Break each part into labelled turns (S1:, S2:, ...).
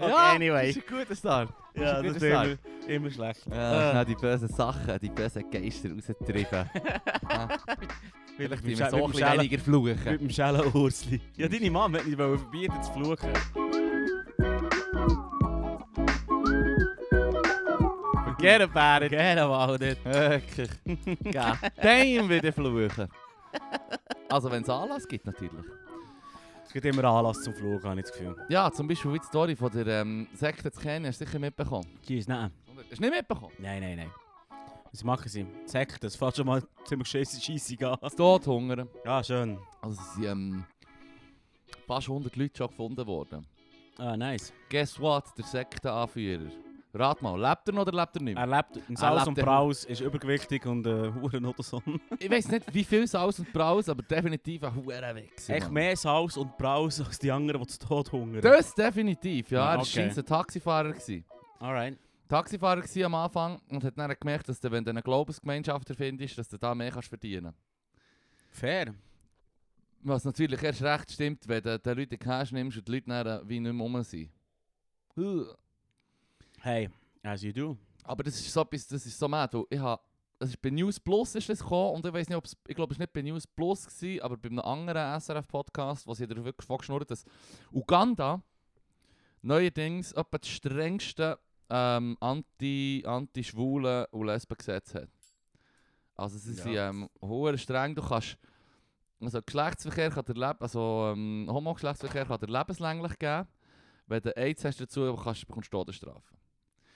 S1: Okay, anyway.
S2: Das ist ein guter Start. Das ist
S1: Ja,
S2: ein
S1: das
S2: guter
S1: ist
S2: Start.
S1: immer, immer schlecht.
S2: Ja, schnell die bösen Sachen, eh, die bösen Geister raustrieben. Vielleicht müssen wir so ein bisschen weniger fluchen.
S1: Mit dem schellen Ursli. Ja, deine Mama hat nicht wollen verbieten zu fluchen.
S2: Forget about it.
S1: Gerne mal nicht.
S2: Wirklich. Ja, dem wieder fluchen. Also wenn es Anlass gibt natürlich.
S1: Es gibt immer Anlass zum Fluchen, habe ich das Gefühl.
S2: Ja, zum Beispiel wie die Story von der ähm, Sekte zu kennen, hast du sicher mitbekommen.
S1: Cheers, nein.
S2: Oder? Hast du nicht mitbekommen?
S1: Nein, nein, nein. Was machen sie? Zeig das, fährt schon mal ziemlich scheisse Scheisse an.
S2: Das Tod hungern.
S1: Ja, schön.
S2: Also es sind ähm, fast 100 Leute schon gefunden worden.
S1: Ah, nice.
S2: Guess what? Der Sektenanführer. Rat mal, lebt er noch oder lebt er nicht mehr?
S1: Er lebt in
S2: lebt
S1: Saus und
S2: in-
S1: Braus, ist übergewichtig und äh, hure Notenson.
S2: Ich weiß nicht, wie viel Saus und Braus, aber definitiv ein Hurenweg.
S1: Echt mehr Saus und Braus als die anderen, die zu Tod hungern.
S2: Das definitiv, ja.
S1: Ah,
S2: Er war
S1: okay.
S2: scheinbar ein Taxifahrer. Gewesen.
S1: Alright.
S2: Taxifahrer gewesen am Anfang und hat dann gemerkt, dass du, wenn du eine Glaubensgemeinschaft findest, dass du da mehr kannst verdienen
S1: Fair.
S2: Was natürlich erst recht stimmt, wenn du den Leuten Cash nimmst und die Leute dann äh, wie nicht mehr rum sind. Huh.
S1: Hey, as you do.
S2: Aber das ist so etwas, das ist so mad, weil ich habe, das ist bei News Plus ist das gekommen und ich weiß nicht, ob es, ich glaube es war nicht bei News Plus, gewesen, aber bei einem anderen SRF-Podcast, wo sie darüber geschnurrt dass Uganda neuerdings etwa das strengste ähm, Anti- Anti-Schwulen- und Lesben-Gesetz hat. Also sie
S1: Ja.
S2: sind ähm, hoher streng, du kannst also Geschlechtsverkehr kann der Leb also ähm, Homogeschlechtsverkehr kann der lebenslänglich geben. Wenn du AIDS hast dazu, kannst, bekommst du Todesstrafe.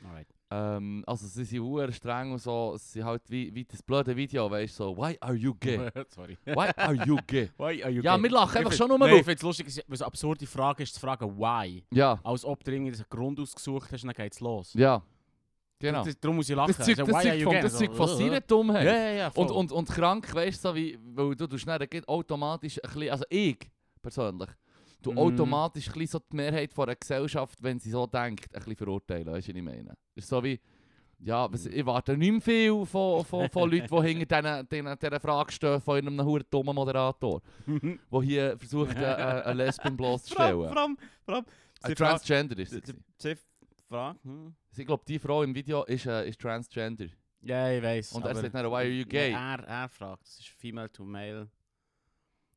S1: Alright.
S2: Ähm, also sie sind sehr streng und so, sie sind halt wie, wie das blöde Video, weißt du, so, why are you gay?
S1: Sorry.
S2: Why are you gay?
S1: Why are you
S2: ja,
S1: gay?
S2: wir lachen
S1: Ich
S2: einfach
S1: find-
S2: schon nur
S1: Nein, ich
S2: auf.
S1: finde es lustig, es- weil es eine absurde Frage ist, zu fragen, why.
S2: Ja,
S1: Als ob du irgendwie einen Grund ausgesucht hast, dann geht's los.
S2: ja. Genau.
S1: Das, das, darum muss ich lachen.
S2: Das Zeug,
S1: Also,
S2: das
S1: why are
S2: Zeug
S1: you
S2: von,
S1: gay?
S2: das
S1: Also,
S2: Zeug von
S1: äh,
S2: seiner Dummheit.
S1: Ja, ja, ja. voll.
S2: Und, und, und krank, weißt du, so wie, dus weil du, du schnell dann geht automatisch ein bisschen, also ich persönlich, du
S1: Mhm.
S2: automatisch ein bisschen so die Mehrheit von einer Gesellschaft, wenn sie so denkt, ein bisschen verurteilen, weißt du, was ich meine? Ist so Dus wie, ja, was, ich warte nicht mehr viel von, von, von Leuten, die hinter diesen- diesen- dieser Frage stehen, von einem verdammt dummen Moderator, der hier versucht, äh, äh, eine Lesben
S1: Vor allem-
S2: bloßzustellen.
S1: vor allem- vor allem-
S2: Ein
S1: die Frage-
S2: Transgender ist sie.
S1: die- die- die Frage. hm.
S2: gewesen. Ich glaube, die Frau im Video ist, äh, ist Transgender.
S1: Ja, ich weiß.
S2: Und er sagt dann, why are you gay?
S1: Er, er fragt, es ist female to male. Dus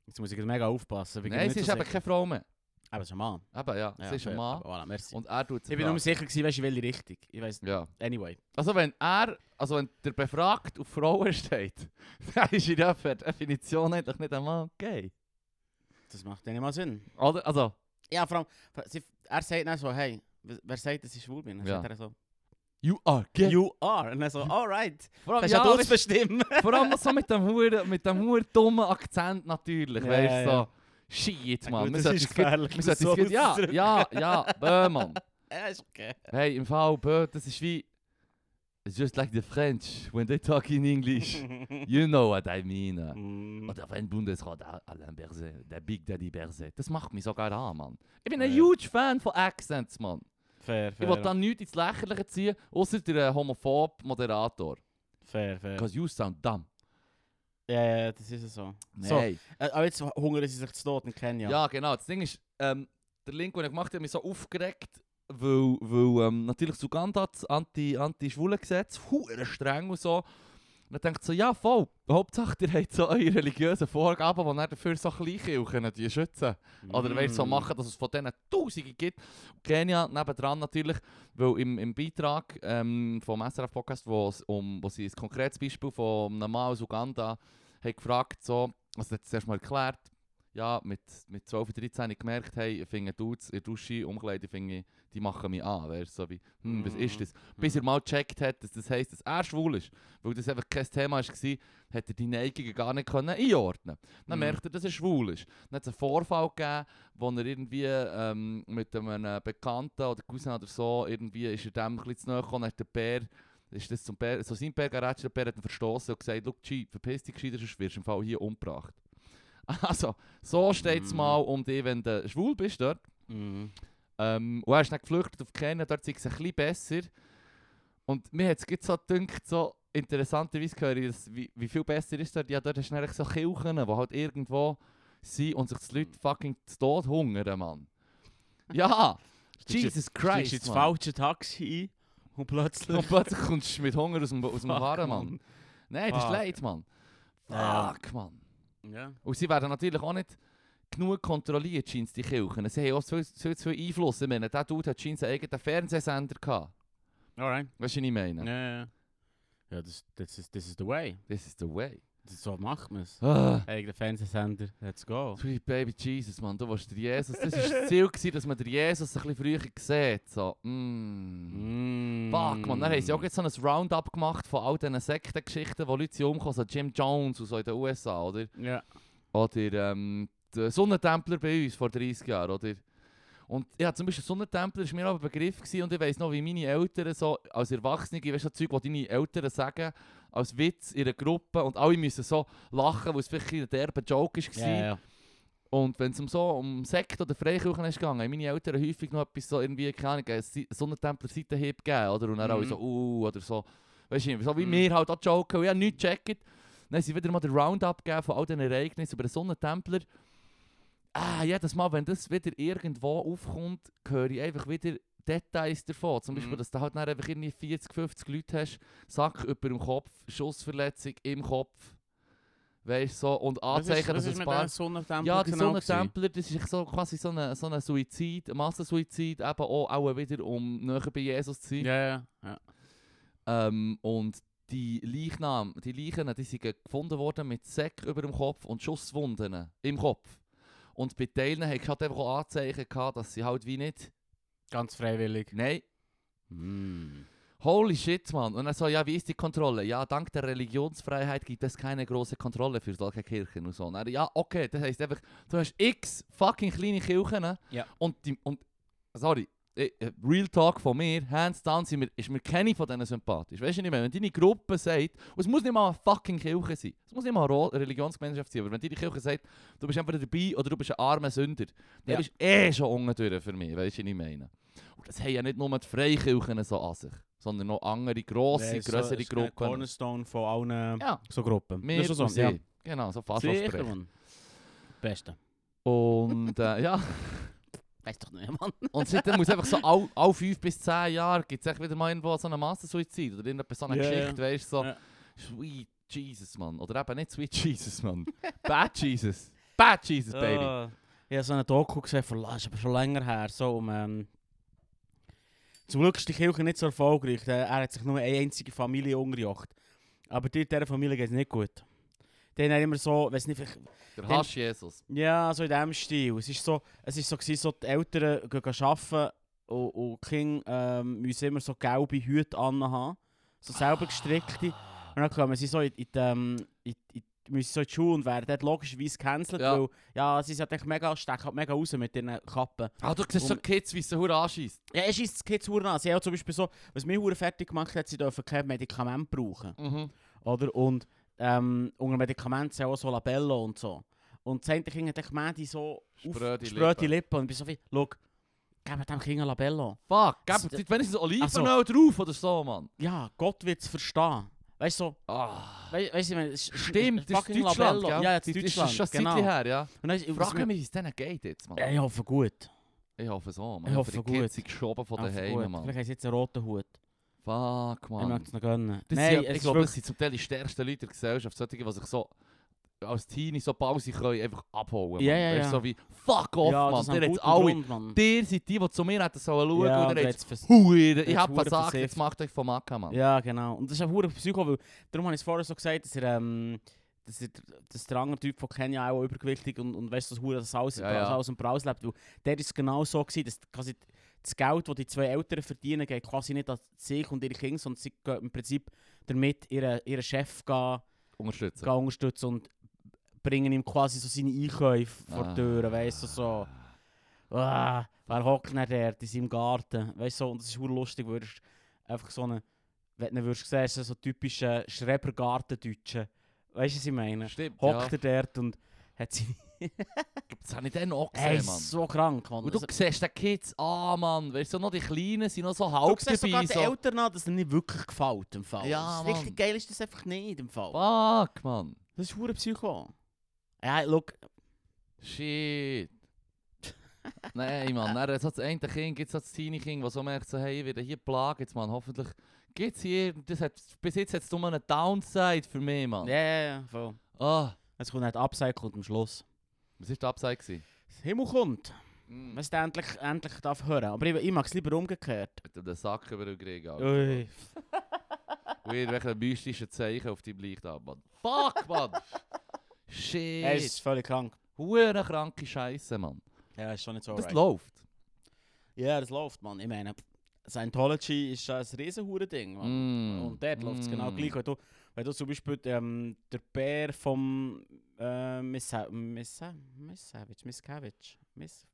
S1: Jetzt muss ich gerade mega aufpassen. weil ich
S2: Nein,
S1: bin
S2: sie ist
S1: nicht so
S2: eben
S1: sicher.
S2: keine Frau mehr.
S1: Aber es ist ein Mann.
S2: Eben, Ah, ja,
S1: Ja,
S2: sie ist ein
S1: fair.
S2: Mann.
S1: Aber Voilà, merci.
S2: Und er tut sie
S1: ich bin nur nicht sicher, gewesen, weißt du, in welche Richtung. Ich weiß nicht.
S2: Ja.
S1: Anyway.
S2: Also wenn er, also wenn der befragt auf Frauen steht, dann ist er ja per Definition eigentlich nicht einmal gay.
S1: Das macht ja nicht mal Sinn.
S2: Oder? Also,
S1: Ja, vor allem, sie, er sagt dann so, hey, w- wer sagt, dass ich schwul bin? Dann
S2: Ja.
S1: sagt er so,
S2: you are gay.
S1: you are. Und dann so, alright.
S2: vor Oh, ja,
S1: Hast
S2: dus-
S1: ja du
S2: weißt-
S1: zu bestimmen.
S2: vor allem so mit dem huren, mit dem huren dummen Akzent natürlich,
S1: Ja,
S2: weißt du,
S1: ja.
S2: so, shit,
S1: Ja,
S2: man.
S1: gut,
S2: wir
S1: das
S2: sollten
S1: ist
S2: es gut-
S1: gefährlich,
S2: wir
S1: das
S2: sollten
S1: so
S2: es gut- Ja,
S1: auszudrücken.
S2: ja, ja, Böhmann.
S1: Ja, ist okay.
S2: Hey, im Fall, Bö, das ist wie, it's just like the French, when they talk in English, you know what I mean.
S1: Mm.
S2: Oder wenn Bundesrat A- Alain Berset, der Big Daddy Berset. Das macht mich sogar an, Mann. Ich bin ein
S1: Ja.
S2: huge Fan von Accents, Mann.
S1: Fair,
S2: Ich will dann nichts ins Lächerliche ziehen, außer der homophob Moderator.
S1: fair, fair.
S2: Because you sound dumb.
S1: Ja, ja, dus das ist so. So,
S2: Nein.
S1: Äh, aber jetzt hungern sie sich zu Tod in Kenia.
S2: ja. genau. Das Ding ist, ähm, der Link, den ich gemacht habe, hat mich so aufgeregt, weil, weil ähm, natürlich das Uganda das Anti- Anti-Schwulen-Gesetz, huere streng und so. Und dann denkt so, ja voll, Hauptsache ihr habt so eure religiösen Vorgaben, die dann dafür so Kleinkirchen die schützen. Oder mm. so machen, dass es von denen Tausende gibt. Und Kenia nebendran natürlich, weil im, im Beitrag ähm, vom SRF-Podcast, wo, es um, wo sie ein konkretes Beispiel von einem Mann aus Uganda haben gefragt so, also hat es erst mal erklärt, ja, mit, mit 12 oder 13 habe ich gemerkt, hey, ich finde Dudes in der Dusche, Umkleide, finde ich, die machen mich an. Weißt, so wie, hm, was ist das? Bis er mal gecheckt hat, dass das heisst, dass er schwul ist, weil das einfach kein Thema war, hat er die Neigungen gar nicht können einordnen Dann
S1: Mhm.
S2: merkt er, dass er schwul ist. Dann hat es einen Vorfall gegeben, wo er irgendwie ähm, mit einem Bekannten oder Cousin oder so, irgendwie ist er dem ein bisschen zu nahe gekommen, dann hat der Bär, ist das zum Bär, so sein Bär geratscht, der Bär hat ihn verstoßen und gesagt, «Schau, G, verpiss dich gescheiter, sonst wirst du im Fall hier umgebracht.» Also, so steht es
S1: Mhm.
S2: mal um dich, wenn du schwul bist dort.
S1: Mhm.
S2: Ähm, und er ist dann geflüchtet auf Kenia, dort sei es ein bisschen besser. Und mir hat es gerade so gedacht, so interessanterweise höre ich, dass, wie, wie viel besser ist dort. Ja, dort hast du nämlich so Kirchen, die halt irgendwo sind und sich die
S1: Mhm.
S2: Leute fucking zu Tod hungern, Mann. Ja,
S1: Steigst du-
S2: Jesus
S1: Christ,
S2: Christ,
S1: ins
S2: Mann.
S1: falsche Taxi ein und plötzlich...
S2: Und plötzlich kommst du mit Hunger aus dem, aus dem
S1: Fuck,
S2: Fahren, Mann. Nein, das ist
S1: Fuck.
S2: leid, Mann.
S1: Ja.
S2: Fuck, Mann.
S1: Ja.
S2: Und sie werden natürlich auch nicht genug kontrolliert, scheint die Kirchen. Sie haben auch viel, viel zu viel Einfluss. Ich meine, dieser Dude hat scheint einen eigenen Fernsehsender gehabt.
S1: Alright.
S2: Weißt du, was ich meine?
S1: Ja, ja, ja. Ja, dus, das, das, ist, das ist the way.
S2: This is the way.
S1: Das, so macht man es.
S2: Ah,
S1: Eigener Fernsehsender, let's go.
S2: sweet baby Jesus, Mann, du warst der Jesus. Das war das Ziel, gewesen, dass man den Jesus ein bisschen früher sieht. So, mm.
S1: Mm.
S2: Fuck, Mann, dann haben sie auch jetzt so ein Roundup gemacht von all diesen Sektengeschichten, wo Leute sind umgekommen so Jim Jones und so in den USA, oder?
S1: Ja.
S2: Oder ähm, der Sonnentempler bei uns vor 30 Jahren, oder? Und ja, zum Beispiel Sonnentempler war mir aber ein Begriff gewesen, und ich weiss noch, wie meine Eltern so als Erwachsene, weißt du, so Zeug, was deine Eltern sagen, als Witz in einer Gruppe und alle müssen so lachen, weil es vielleicht ein derber Joke war.
S1: Ja, ja.
S2: Und wenn es um so um Sekt oder Freikirchen ist gegangen, haben meine Eltern häufig noch etwas so irgendwie, keine Ahnung, einen Si- Sonnentempler Seitenhieb gegeben, oder? Und dann
S1: Mhm.
S2: alle so, uh, oder so. Weißt du, so wie
S1: Mhm.
S2: wir halt auch joken, und ich habe nichts gecheckt. Dann haben sie wieder mal den Roundup gegeben von all diesen Ereignissen über den Sonnentempler. Ah, jedes Mal, wenn das wieder irgendwo aufkommt, höre ich einfach wieder Details davon. Zum Beispiel,
S1: Mhm.
S2: dass du halt dann einfach irgendwie 40, 50 Leute hast, Sack über dem Kopf, Schussverletzung im Kopf. Weißt du, so, und Anzeichen,
S1: das
S2: dass
S1: ist
S2: ein
S1: mit
S2: paar...
S1: dem Sonnentempel
S2: Ja, der
S1: genau gewesen?
S2: Sonnentempler, das ist so quasi so ein so eine Suizid, ein Massensuizid, eben auch, auch wieder, um näher bei Jesus zu sein.
S1: Ja, ja. ja.
S2: Ähm, und die Leichnam, die Leichen, die sind gefunden worden mit Säck über dem Kopf und Schusswunden im Kopf. Und bei Teilen hatte ich halt einfach auch Anzeichen, gehabt, dass sie halt wie nicht...
S1: Ganz freiwillig.
S2: Nein,
S1: Mm.
S2: Holy shit, Mann. Und er so, ja, wie ist die Kontrolle? Ja, dank der Religionsfreiheit gibt es keine große Kontrolle für solche Kirchen und so. Und er, ja, okay, das heisst einfach, du hast x fucking kleine Kirchen ne?
S1: Ja.
S2: und, die, und sorry, eh, eh, Real Talk von mir, hands down, sind mir, ist mir keine von denen sympathisch. Weißt du nicht mehr, wenn deine Gruppe sagt, und es muss nicht mal eine fucking Kirche sein, es muss nicht mal eine Ro- Religionsgemeinschaft sein, aber wenn deine Kirche sagt, du bist entweder dabei oder du bist ein armer Sünder, dann
S1: Ja.
S2: bist du eh schon unten durch für mich, weißt du, was ich meine. Und das haben ja nicht nur die Freikirchen so an sich, sondern noch andere grosse,
S1: Ja, so-
S2: grössere
S1: so eine
S2: Gruppen.
S1: eh, Cornerstone von allen
S2: Ja,
S1: so Gruppen.
S2: mehr
S1: Das ist schon so, ja.
S2: Genau, so fast
S1: Sicher,
S2: versprechen.
S1: Mann. Beste.
S2: Und äh, ja,
S1: Weiß doch nicht, Mann.
S2: und seitdem muss einfach so alle all 5 bis 10 Jahre gibt es wieder mal irgendwo so einen Massensuizid oder irgendetwas so eine
S1: Ja, ja.
S2: Geschichte, weißt du, so
S1: Ja.
S2: Sweet Jesus, Mann. Oder eben nicht Sweet Jesus, Mann. Bad Jesus. Bad Jesus, Baby.
S1: Ah, Ich habe so einen Doku gesehen, von, das ist aber schon länger her. So um, ähm, zum Glück ist die Kirche nicht so erfolgreich. Der- Er hat sich nur eine einzige Familie umgejocht. Aber die, dieser Familie geht es nicht gut. Die haben immer so, weiß nicht, vielleicht-
S2: Der
S1: Den-
S2: Hasch Jesus.
S1: ja, so in diesem Stil. Es ist so, es ist so, gewesen, so die Eltern gehen arbeiten und, und die Kinder ähm, müssen immer so gelbe Hüte anhaben. So selber gestrickte. Und dann kommen sie so in, in, die, ähm, in, in, müssen so in die Schule und werden dort logischerweise gecancelt,
S2: Ja.
S1: weil ja, sie sind halt echt mega, stechen halt mega raus mit ihren Kappen.
S2: Ah, du siehst so Kids, wie sie Hure anschießt.
S1: Ja, es ist Kids Huren an. Sie haben auch zum Beispiel so, was mich Huren fertig gemacht hat, sie dürfen kein Medikament brauchen.
S2: Mhm.
S1: Oder? Und ähm, unter Medikamenten sind auch so Labello und so. Und das eine Kind hat echt gemeint, die so auf-
S2: Spröde
S1: spröde
S2: Lippen.
S1: Lippen. Und ich bin so wie, schau, geben dem Kind ein Labello.
S2: Fuck,
S1: Das-
S2: gib mir wenigstens
S1: Ach so.
S2: Olivenöl drauf oder so, Mann.
S1: Ja, Gott wird es verstehen. Weißt du, so,
S2: Ah.
S1: weißt weißt du, ich meine, es ist-
S2: Stimmt, das ist
S1: fucking
S2: Deutschland,
S1: Labello.
S2: gell?
S1: Ja, das
S2: Das
S1: ist
S2: ist
S1: Deutschland,
S2: schon ein
S1: genau.
S2: Zeitchen her, ja.
S1: Und dann, ist- was
S2: Frage
S1: mir-
S2: mich, wie es denen geht jetzt, Mann.
S1: Ja, ich hoffe gut.
S2: Ich hoffe so, Mann.
S1: Ich hoffe,
S2: die
S1: gut.
S2: Kids sind geschoben von
S1: Ich hoffe
S2: daheim,
S1: gut.
S2: Mann.
S1: Vielleicht haben sie jetzt einen roten Hut.
S2: Fuck,
S1: Ich
S2: Mann.
S1: möchte es noch gönnen.
S2: Das
S1: Nein,
S2: sind,
S1: es
S2: ich
S1: ist
S2: glaube, das
S1: wirklich...
S2: sind zum Teil die stärksten Leute der Gesellschaft. Solche, die sich so als Teenie so Pause können, einfach abholen. Mann.
S1: Ja, ja,
S2: Weißt du,
S1: ja.
S2: So wie, fuck off,
S1: ja, das
S2: Mann.
S1: ist ein
S2: Der hat
S1: guter
S2: alle.
S1: Grund, Mann.
S2: Der seid die, die zu mir hätten sollen schauen
S1: Ja,
S2: und
S1: der
S2: der
S1: hat's
S2: jetzt
S1: vers-
S2: Hure, ich
S1: hat's
S2: hab
S1: verdammt
S2: versagt,
S1: versifft.
S2: jetzt macht euch vom Acker, Mann.
S1: Ja, genau. Und das ist ein verdammter Psycho, weil... Darum habe ich es vorher so gesagt, dass er... Ähm, dass, er, dass der andere Typ von Kenia auch übergewichtig und, und weißt du, dass Hure das alles,
S2: Ja, ja.
S1: das alles im Braus lebt. Weil der ist es genau so gewesen, dass quasi das Geld, das die zwei Eltern verdienen, geht quasi nicht an sich und ihre Kinder, sondern sie gehen im Prinzip damit ihren, ihren Chef gehen,
S2: Unterstützen.
S1: gehen unterstützen und bringen ihm quasi so seine Einkäufe vor
S2: Ah.
S1: die Tür, weißt du, so... Ah, wer hockt denn dort in seinem Garten? Weißt du, so, und das ist hure lustig, würdest einfach so einen, wenn du ihn würdest sehen, so typischen Schrebergarten-Deutschen. Weißt du, was ich meine?
S2: Stimmt, ja.
S1: Hockt er dort und hat sie.
S2: Das habe ich dann auch gesehen,
S1: Ey,
S2: Mann.
S1: so krank, Mann.
S2: Und du
S1: Also,
S2: siehst den Kids an, Mann. Weißt du, noch die Kleinen sind noch so halb
S1: siehst sogar
S2: dabei.
S1: den
S2: So.
S1: Eltern an, dass es nicht wirklich gefällt im Fall.
S2: Ja,
S1: Das
S2: Mann.
S1: Richtig geil ist das einfach nicht im Fall.
S2: Fuck, Mann.
S1: Das ist hure Psycho. Ja, look.
S2: Shit. Nein, Mann. Dann hat das eine Kind, gibt es das kleine Kind, das so merkt, so, hey, ich werde hier plagt jetzt, Mann. Hoffentlich gibt es hier... Das hat, bis jetzt hat es nur eine Downside für mich,
S1: Ja,
S2: Mann.
S1: ja, ja, voll.
S2: Ah,
S1: Jetzt kommt halt Upcycle am Schluss.
S2: was war die Upside? Gewesen?
S1: Das Himmel kommt, wenn
S2: Mm.
S1: es endlich, endlich darf hören. Aber ich, ich mag es lieber umgekehrt.
S2: Mit dem Sack über den Krieg, Alter.
S1: Ui.
S2: Und irgendwelche mystischen Zeichen auf deinem Licht ab, Mann. Fuck, Mann! Shit!
S1: Er ist völlig krank.
S2: Hure kranke Scheiße, Mann.
S1: Ja, ist schon nicht so
S2: Das
S1: right.
S2: läuft.
S1: Ja, das läuft, Mann. Ich meine, Scientology ist ein Riesenhure-Ding, Mann.
S2: Mm.
S1: Und dort läuft es genau
S2: Mm.
S1: gleich. Wenn du, wenn du zum Beispiel ähm, der Bär vom äh, Missa- Missa- Missavage, Miscavige, Miss...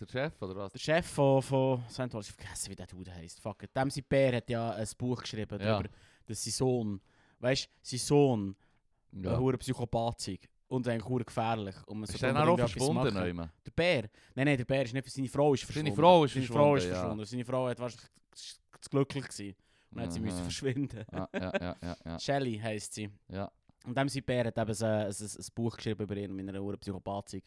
S2: Der Chef oder was?
S1: Der Chef von, von Scientology, ich vergesse, wie der Dude heisst. Fuck it. Dem sein Bär hat ja ein Buch geschrieben
S2: Ja.
S1: darüber, dass sein Sohn, weißt du, sein Sohn ein hoher Psychopath sei. Und eigentlich hure gefährlich. Und man
S2: Ist
S1: sollte
S2: der dann auch
S1: unbedingt etwas
S2: verschwunden?
S1: machen.
S2: Neumann?
S1: Der Bär? Nein, nein, der Bär ist nicht für seine Frau ist verschwunden.
S2: Seine Frau ist
S1: Seine Frau ist
S2: verschwunden, ja.
S1: verschwunden. Seine Frau hat wahrscheinlich zu glücklich gewesen. Und dann hat sie
S2: Aha.
S1: müssen verschwinden.
S2: Ja, ja, ja, ja, Mhm. ja.
S1: Shelley heisst sie.
S2: Ja.
S1: Und dem sein Bär hat eben so ein, ein, ein Buch geschrieben über ihn, mit einer hohen Psychopathik.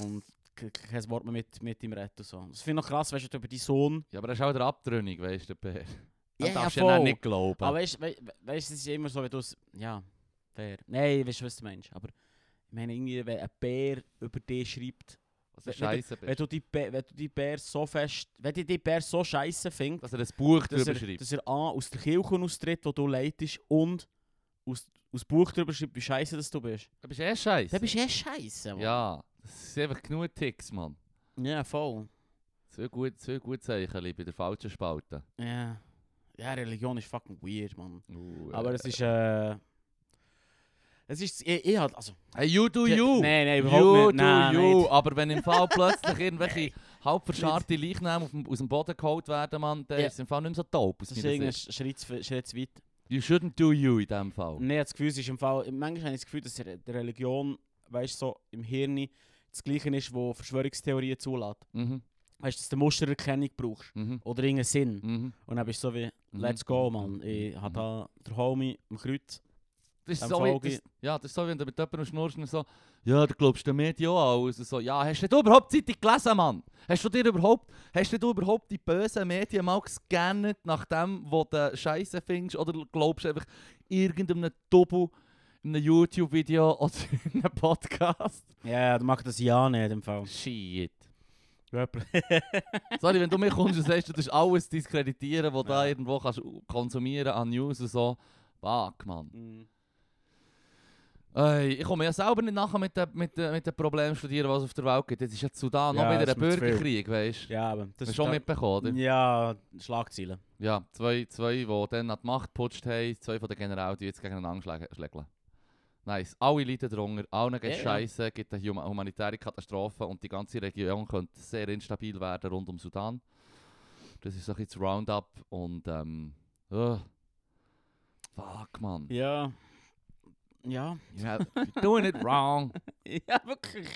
S1: Und k- k- kein Wort mehr mit, mit ihm redet und so. Das finde ich noch krass, weißt du, über deinen Sohn.
S2: Ja, aber das ist auch der Abtrünnig, weißt du, der Bär.
S1: Ja,
S2: Das
S1: ja, Ah,
S2: darfst du ja
S1: voll.
S2: nicht glauben.
S1: Aber weißt du, wei- weißt du, es ist immer so, wenn du es. Ja, Bär. Nein, weißt du, was du meinst. Aber ich meine, irgendwie, wenn ein Bär über dich schreibt,
S2: was für
S1: wenn- wenn
S2: Scheiße
S1: wenn
S2: bist.
S1: du die, Bär, wenn du die Bär so fest. Wenn die, die Bär so scheiße findest,
S2: Dass er ein Buch
S1: dass
S2: drüber
S1: er,
S2: schreibt.
S1: dass er A, aus der Kirche austritt, wo du leitest, und aus, aus dem Buch drüber schreibt, wie scheiße dass du bist.
S2: Du bist eh Scheiße.
S1: Dann bist du eh scheiße, Mann.
S2: Ja, das ist einfach genug Ticks, Mann.
S1: Ja, voll.
S2: Zwei gute, zwei gute Zeichen bei der falschen Spalte.
S1: Ja. Ja, Religion ist fucking weird, Mann.
S2: Uh,
S1: Aber es ist, äh... Es ist, ich, ich halt, also...
S2: Hey, you do
S1: die-
S2: you!
S1: Nein, nein,
S2: you
S1: überhaupt nicht.
S2: do
S1: Nein,
S2: you!
S1: nicht.
S2: Aber wenn im Fall plötzlich irgendwelche halb verscharrte Leichnamen auf dem- aus dem Boden geholt werden, Mann, dann
S1: Ja.
S2: ist es im Fall nicht mehr so taub.
S1: Das ist irgendein Schritt, zu- Schritt zu weit.
S2: You shouldn't do you in dem Fall.
S1: Nein, das Gefühl es ist im Fall... Manchmal habe ich das Gefühl, dass die Religion, weißt du, so im Hirn das Gleiche ist, wo Verschwörungstheorien zulässt.
S2: Mhm,
S1: Weißt du, dass du eine Mustererkennung brauchst.
S2: mhm,
S1: Oder irgendeinen Sinn.
S2: mhm.
S1: Und dann bist du so wie...
S2: Mhm.
S1: Let's go, Mann. Ich habe da den Homie im Kreuz.
S2: Das ist,
S1: Dem
S2: so wie,
S1: folge
S2: das,
S1: ich.
S2: ja, das ist so, wenn du mit jemandem schnurst und so, ja, du glaubst den Medien auch alles. Und So, dus ja, hast du denn überhaupt die Zeitung gelesen, Mann? Hast du dir überhaupt, hast denn du überhaupt die bösen Medien mal gescannt, nach dem, wo du Scheiße findest? Oder glaubst du einfach irgendeinem Double in einem YouTube-Video oder in einem Podcast?
S1: Ja, du machst das ja nicht im Fall.
S2: Shit.
S1: Jemand-
S2: Sorry, wenn du mir kommst und sagst, du das ist alles diskreditieren, was du da
S1: Ja.
S2: irgendwo kannst konsumieren an News und so. Fuck, Mann.
S1: Mhm.
S2: Ey, ich komme ja selber nicht nachher mit den mit de, mit de Problemen studieren, was es auf der Welt gibt. Jetzt ist ja Sudan
S1: Ja,
S2: noch wieder
S1: ist
S2: ein
S1: mir zu viel.
S2: Bürgerkrieg, weißt du?
S1: Ja, aber das
S2: Hast du schon
S1: da-
S2: mitbekommen, oder?
S1: Ja, Schlagzeilen.
S2: Ja, zwei, zwei, die dann an die Macht geputscht haben, zwei von den Generälen, die jetzt gegeneinander schlä- schlägeln. Nice. Alle leiden darunter, allen geht
S1: Ja, ja.
S2: nou, Scheiße, gibt eine huma- humanitäre Katastrophe und die ganze Region könnte sehr instabil werden rund um Sudan. Dus Das ist so ein bisschen das Roundup und ähm... ugh. Fuck, man.
S1: Ja. Ja.
S2: Yeah, you're doing it wrong.
S1: Ja, wirklich.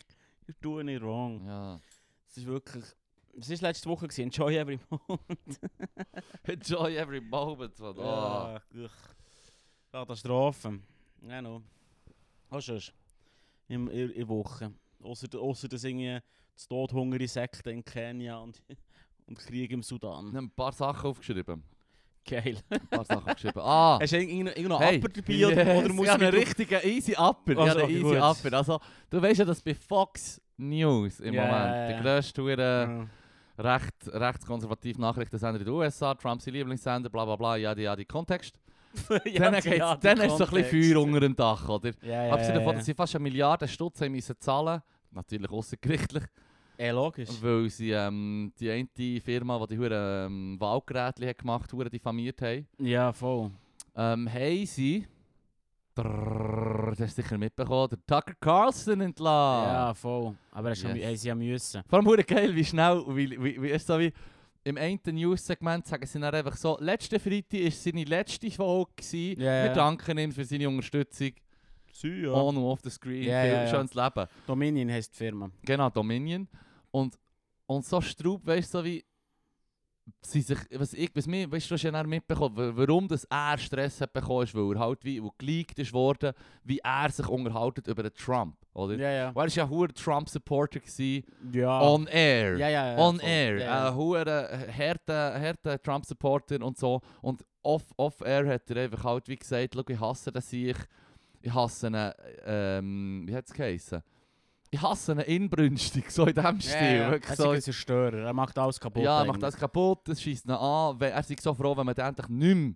S1: You're doing it wrong.
S2: Ja.
S1: Es ist wirklich... Es war letzte Woche, gewesen. enjoy every moment.
S2: Enjoy every moment, man. Oh.
S1: Ja, ugh. Katastrophe. Ja, no. Was dus. sonst? In, in, in Woche. Außer ausser dass irgendwie das todhungere Sekten in Kenia und, und Krieg im
S2: Ich
S1: Sudan.
S2: habe ein paar Sachen aufgeschrieben.
S1: Geil.
S2: Ein paar Sachen aufgeschrieben. Ah!
S1: Hast du irgendeinen
S2: Hey,
S1: Upper dabei oder,
S2: yes,
S1: oder muss
S2: ich habe
S1: man
S2: einen richtigen easy Upper. Ich
S1: Also,
S2: habe einen
S1: okay,
S2: easy
S1: gut.
S2: Upper. Also, du weißt ja, dass bei Fox News im
S1: Ja,
S2: Moment
S1: ja,
S2: der
S1: ja.
S2: grösste Hure
S1: Ja.
S2: recht, rechtskonservative Nachrichtensender in den USA, Trump sein Lieblingssender, bla bla bla, ja, die, ja, die Kontext.
S1: Ja,
S2: dann
S1: die-
S2: geht's,
S1: ja, die
S2: dann ist so ein
S1: Kontext.
S2: bisschen Feuer unter dem Dach, oder?
S1: Ja, ja,
S2: Abgesehen davon,
S1: ja.
S2: dass sie fast eine Milliarde Stutz haben müssen zahlen natürlich außergerichtlich.
S1: Eh, logisch.
S2: Weil sie ähm, die eine Firma, die die Huren ähm, Wahlgeräte hat gemacht hat, diffamiert haben,
S1: Ja, voll.
S2: ähm, haben sie. Drrrr, das hast du sicher mitbekommen, der Tucker Carlson entlassen.
S1: Ja, voll. Aber es
S2: Yes.
S1: Ah. yes. sie ja müssen.
S2: Vor allem verdammt geil, wie schnell, und wie, wie, wie ist so wie im einen News-Segment sagen sie dann einfach so: Letzte Freitag war seine letzte Folge. gewesen.
S1: Ja,
S2: Wir
S1: ja.
S2: danken ihm für seine Unterstützung.
S1: Sie, ja.
S2: On und off the screen.
S1: Ja,
S2: Viel
S1: ja, ja.
S2: Schönes Leben.
S1: Dominion heisst die Firma.
S2: Genau, Dominion. Und, und so Straub, weißt du, so wie. sie sich, was ich, was mir, weißt du, du hast ja dann mitbekommen, wa- warum das er Stress hat bekommen ist, weil er halt wie weil geleakt ist worden, wie er sich unterhaltet über den Trump, oder?
S1: Ja, ja.
S2: Weil er ist ja ein Trump-Supporter gewesen,
S1: Ja.
S2: on air.
S1: ja, ja, ja,
S2: on
S1: voll.
S2: air.
S1: Äh, Ja, ja.
S2: Ein hoher härter, härter Trump-Supporter und so. Und off, off air hat er einfach halt wie gesagt, «Schau, ich hasse den Sieg. Ich hasse ihn, ähm, wie hat es geheißen? Ich hasse ihn inbrünstig, so in dem Stil.
S1: Ja, ja. Er
S2: wirklich
S1: ist
S2: so.
S1: ein Zerstörer. Er macht alles kaputt.
S2: ja, er macht
S1: eigentlich.
S2: das kaputt, das schießt ihn an. Weil Er ist so froh, wenn man dann endlich nicht mehr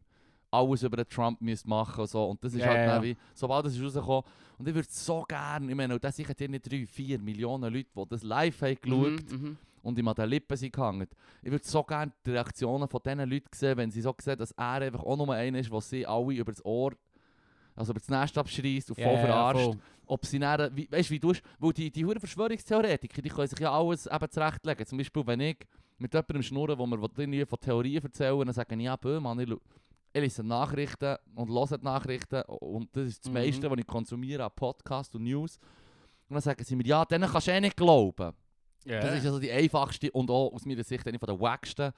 S2: alles über den Trump müsste machen und so. Und das ist
S1: Ja,
S2: halt
S1: ja,
S2: dann
S1: ja.
S2: wie, sobald das ist rausgekommen. Und ich würde so gerne, ich meine, und das sicher nicht drei, vier Millionen Leute, die das live haben geschaut
S1: Mhm, mhm.
S2: und ihm an den Lippen sind gehangen. Ich würde so gerne die Reaktionen von diesen Leuten sehen, wenn sie so sehen, dass er einfach auch nur einer ist, was sie alle über das Ohr, also über das Nest abschreist und voll
S1: Ja, ja,
S2: verarscht.
S1: voll.
S2: Ob sie dann, wie, weißt du, wie du Weil die, die huren Verschwörungstheoretiker, die können sich ja alles eben zurechtlegen. Zum Beispiel, wenn ich mit jemandem schnurre, wo mir was irgendwie von Theorien erzählen, dann sagen ja, Böhmann, ich, schau- ich lese Nachrichten und höre die Nachrichten und das ist das
S1: Mhm.
S2: meiste, was ich konsumiere an Podcasts und News. Und dann sagen sie mir, ja, denen kannst du eh nicht glauben.
S1: Ja.
S2: Das ist also die einfachste und auch aus meiner Sicht eine von der wacksten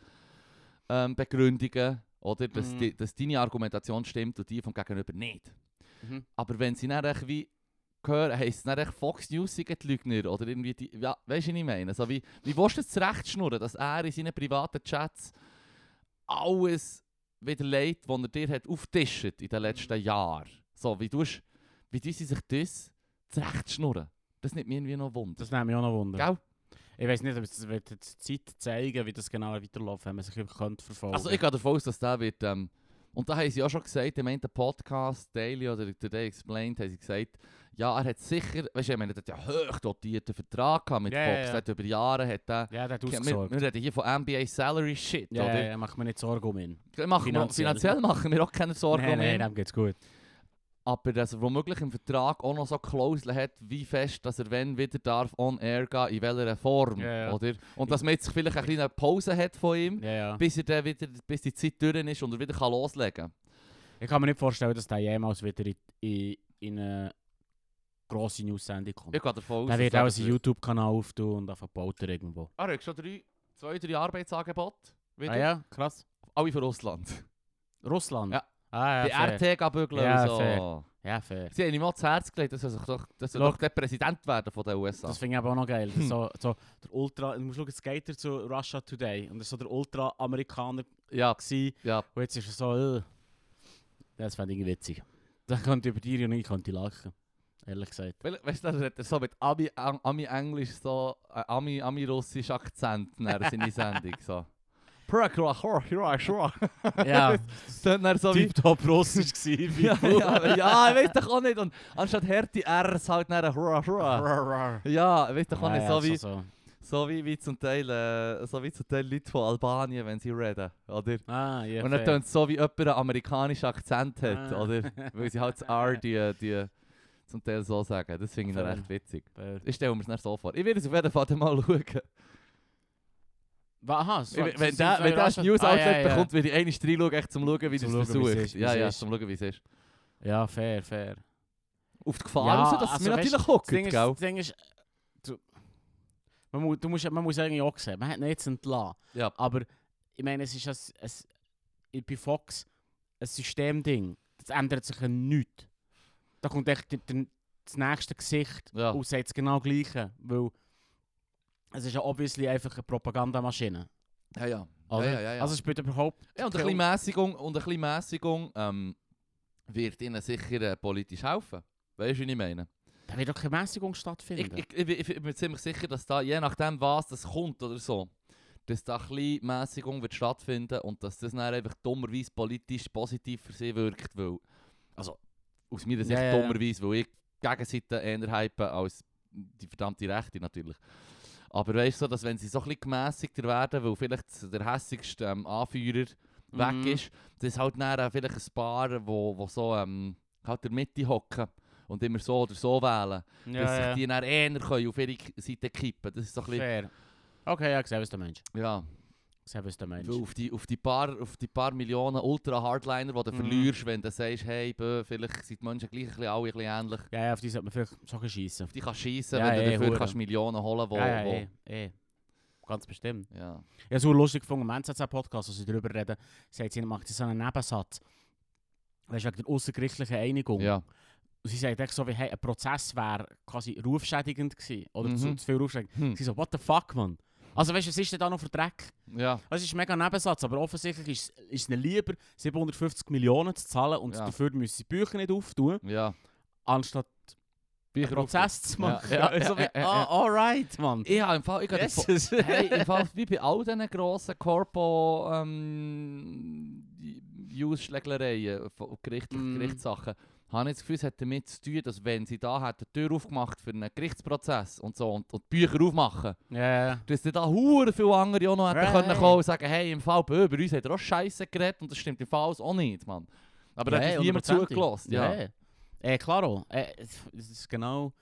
S2: ähm, Begründungen, oder? Dass,
S1: Mhm.
S2: die, dass deine Argumentation stimmt und die vom Gegenüber nicht.
S1: Mhm.
S2: Aber wenn sie dann echt wie hören, heisst es dann echt Fox News sind die Lügner oder irgendwie die, ja, weißt du, was ich meine? Also wie, wie willst du das zurechtschnurren, dass er in seinen privaten Chats alles widerlegt, was er dir hat auftischt in den letzten Jahren? So, wie tust wie tun sie sich das zurechtschnurren? Das nimmt mir irgendwie noch Wunder.
S1: Das nehme ich auch noch Wunder.
S2: Gell?
S1: Ich weiß nicht, ob es wird jetzt die Zeit zeigen, wie das genau weiterläuft, wenn man sich wirklich könnte verfolgen
S2: Also ich gehe davon aus, dass der wird... Ähm, und da haben sie auch schon gesagt, im einen Podcast, Daily oder Today Explained, haben sie gesagt, ja, er hat sicher, weißt du, ich meine, der hat ja hoch dotierten Vertrag gehabt mit
S1: Ja, ja,
S2: Fox,
S1: ja.
S2: Der hat über Jahre hat er...
S1: Ja, der hat
S2: Wir,
S1: ausgesorgt.
S2: wir reden hier von NBA Salary Shit,
S1: Ja, ja,
S2: oder?
S1: ja, macht mir nicht Sorgen um ihn.
S2: Machen
S1: Finanziell.
S2: Wir, finanziell machen wir auch keine Sorgen
S1: Nein,
S2: um ihn.
S1: nein, dem geht's gut.
S2: Aber dass er womöglich im Vertrag auch noch so Klauseln hat, wie fest, dass er wenn wieder darf, on air gehen, in welcher Form,
S1: Ja, ja.
S2: oder? Und dass man jetzt vielleicht eine kleine Pause hat von ihm,
S1: Ja, ja.
S2: bis, er dann wieder, bis die Zeit durch ist und er wieder kann loslegen kann.
S1: Ich kann mir nicht vorstellen, dass der jemals wieder in, in, in eine grosse News-Sendung kommt.
S2: Ich gehe davon aus.
S1: der wird auch
S2: dass er
S1: seinen YouTube-Kanal auftun und auf Bauter irgendwo.
S2: Ah, er hat schon drei, zwei, drei Arbeitsangebote. Wieder.
S1: Ah ja, krass.
S2: Alle von Russland.
S1: Russland?
S2: Ja.
S1: Ah,
S2: Die
S1: ja, fair.
S2: RT gehen bügeln
S1: Ja,
S2: und so.
S1: fair. Ja, fair.
S2: Sie haben ihm auch das Herz gelegt, dass er sich doch, dass er
S1: Schau.
S2: doch der Präsident werden von den USA.
S1: Das finde ich aber auch noch geil.
S2: Hm.
S1: So, so der Ultra, du musst schauen, jetzt geht er zu Russia Today und er war so der Ultra-Amerikaner
S2: ja,
S1: gewesen.
S2: ja.
S1: Und jetzt ist er so, äh, das fände ich witzig. Da könnte über dir und ich könnte lachen. Ehrlich gesagt.
S2: Weil, Weißt du, dann hat er so mit Ami- Am- Ami-Englisch, so äh, Ami- Ami-Russisch Akzent nach seine Sendung. So.
S1: Ja,
S2: Dann er so wie.
S1: top russisch gewesen.
S2: Ja, ja, ja, ich weiß doch auch nicht. Und oh anstatt härte R's halt nach Hurra, Hurra. Ja, ich weiß doch auch nicht, so wie.
S1: Ah, so.
S2: So wie, wie zum Teil, äh, so wie zum Teil Leute von Albanien, wenn sie reden, oder?
S1: Ah, ja,
S2: Und dann
S1: fair.
S2: tönt so, wie jemand einen amerikanischen Akzent hat,
S1: Ah.
S2: oder? Weil sie halt das R, die, die zum Teil so sagen. Das finde ich noch
S1: Fair.
S2: recht witzig.
S1: Fair.
S2: Ich stelle mir es nicht so vor. Ich werde es auf jeden Fall dann mal schauen.
S1: Wa- Aha,
S2: Ich-
S1: so,
S2: Wenn, wenn der, wenn der ein News Outlet bekommt, werde ich einmal reinschauen, echt zum Schauen, wie
S1: Ah, Zum
S2: das es
S1: Schauen, wie es
S2: versucht.
S1: ist, wie
S2: ja,
S1: es
S2: ja,
S1: ist.
S2: zum Schauen, wie es ist.
S1: Ja, fair, fair.
S2: Auf die Gefahr
S1: Ja,
S2: raus, dass es
S1: also
S2: mir
S1: weißt-
S2: natürlich guckt,
S1: Das Ding ist,
S2: gell?
S1: das Ding ist du, man, muss, du musst, man muss irgendwie auch sehen, man hat ihn jetzt entlassen.
S2: Ja.
S1: Aber ich meine, es ist ein, ein, bei Fox ein Systemding. Das ändert sich an nichts. Da kommt echt der- der- das nächste Gesicht
S2: Ja.
S1: und sagt das genau Gleiche. Weil es ist ja obviously einfach eine Propagandamaschine.
S2: Ja, ja. Ja,
S1: Oder?
S2: ja, ja, ja.
S1: Also es spielt überhaupt...
S2: Ja, und ein bisschen Mäßigung, und ein bisschen Mäßigung ähm, wird ihnen sicher äh, politisch helfen. Weißt du, wie ich meine?
S1: Da wird doch keine Mäßigung stattfinden.
S2: Ich, ich, ich, ich, ich bin ziemlich sicher, dass da, je nachdem, was das kommt oder so, dass da ein bisschen Mäßigung wird stattfinden und dass das dann einfach dummerweise politisch positiv für sie wirkt. Weil, also, aus meiner Sicht
S1: Ja, ja, ja.
S2: dummerweise, weil ich die Gegenseite eher hype als die verdammte Rechte natürlich. Aber weißt du, dass wenn sie so ein bisschen gemäßigter werden, weil vielleicht der hässigste ähm, Anführer
S1: Mhm.
S2: weg ist, das ist halt dann auch vielleicht ein Paar, wo, wo so ähm, halt in der Mitte hocken und immer so oder so wählen,
S1: ja,
S2: dass sich
S1: ja.
S2: die dann eher können auf ihre K- Seite kippen. Das ist so ein bisschen,
S1: Fair. Okay, ja, ich sehe, was du meinst.
S2: ja,
S1: Ich sehe, was du meinst.
S2: weil auf die, auf die paar, auf die paar Millionen Ultra-Hardliner, die du
S1: Mhm.
S2: verlierst, wenn du sagst, hey, bö, vielleicht sind die Menschen gleich ein bisschen, alle ein bisschen ähnlich.
S1: Ja, ja, auf die sollte man vielleicht schon schiessen.
S2: Auf die kannst du schiessen,
S1: Ja,
S2: wenn du
S1: eh,
S2: dafür
S1: hure.
S2: kannst Millionen holen, wo,
S1: ja, ja,
S2: wo
S1: eh, eh. ganz bestimmt.
S2: Ja.
S1: Ich habe so lustig gefunden, im NZZ-Podcast, als sie darüber reden, sagt sie, macht sie so einen Nebensatz. Weißt du, wegen der außergerichtlichen Einigung.
S2: Ja.
S1: Und sie sagt echt so, wie, hey, ein Prozess wäre quasi rufschädigend gewesen. Oder zu,
S2: Mhm.
S1: zu viel rufschädigend.
S2: Hm.
S1: Sie so, what the fuck, man? Also weißt du, was ist denn da noch für Dreck?
S2: Ja.
S1: Es ist ein mega Nebensatz, aber offensichtlich ist, ist es ihnen lieber, 750 Millionen zu zahlen und
S2: Ja.
S1: dafür müssen sie die Bücher nicht auftun,
S2: Ja.
S1: anstatt
S2: Bin
S1: einen
S2: ich
S1: Prozess zu
S2: Ja,
S1: machen.
S2: ja,
S1: Also
S2: ja,
S1: wie,
S2: ja, ja,
S1: ah,
S2: ja.
S1: alright, Mann.
S2: Ich habe im Fall, ich habe den Fo-
S1: Jesus.
S2: hey, im Fall, wie bei all diesen grossen corpo ähm, Ausschläglereien von Gericht,
S1: Mm.
S2: Gerichtssachen, habe ich das Gefühl, es hat damit zu tun, dass wenn sie da hat, die Tür aufgemacht für einen Gerichtsprozess und so und, und die Bücher aufmachen,
S1: Ja,
S2: dass dann da hure viele andere auch noch hätten
S1: Right.
S2: können kommen und sagen, hey, im Fall bei uns hat er auch Scheiße geredet und das stimmt im Fall alles auch nicht, Mann. Aber da hat uns niemand zugelassen. Ja.
S1: ja. Eh, klaro. Eh, es ist genau,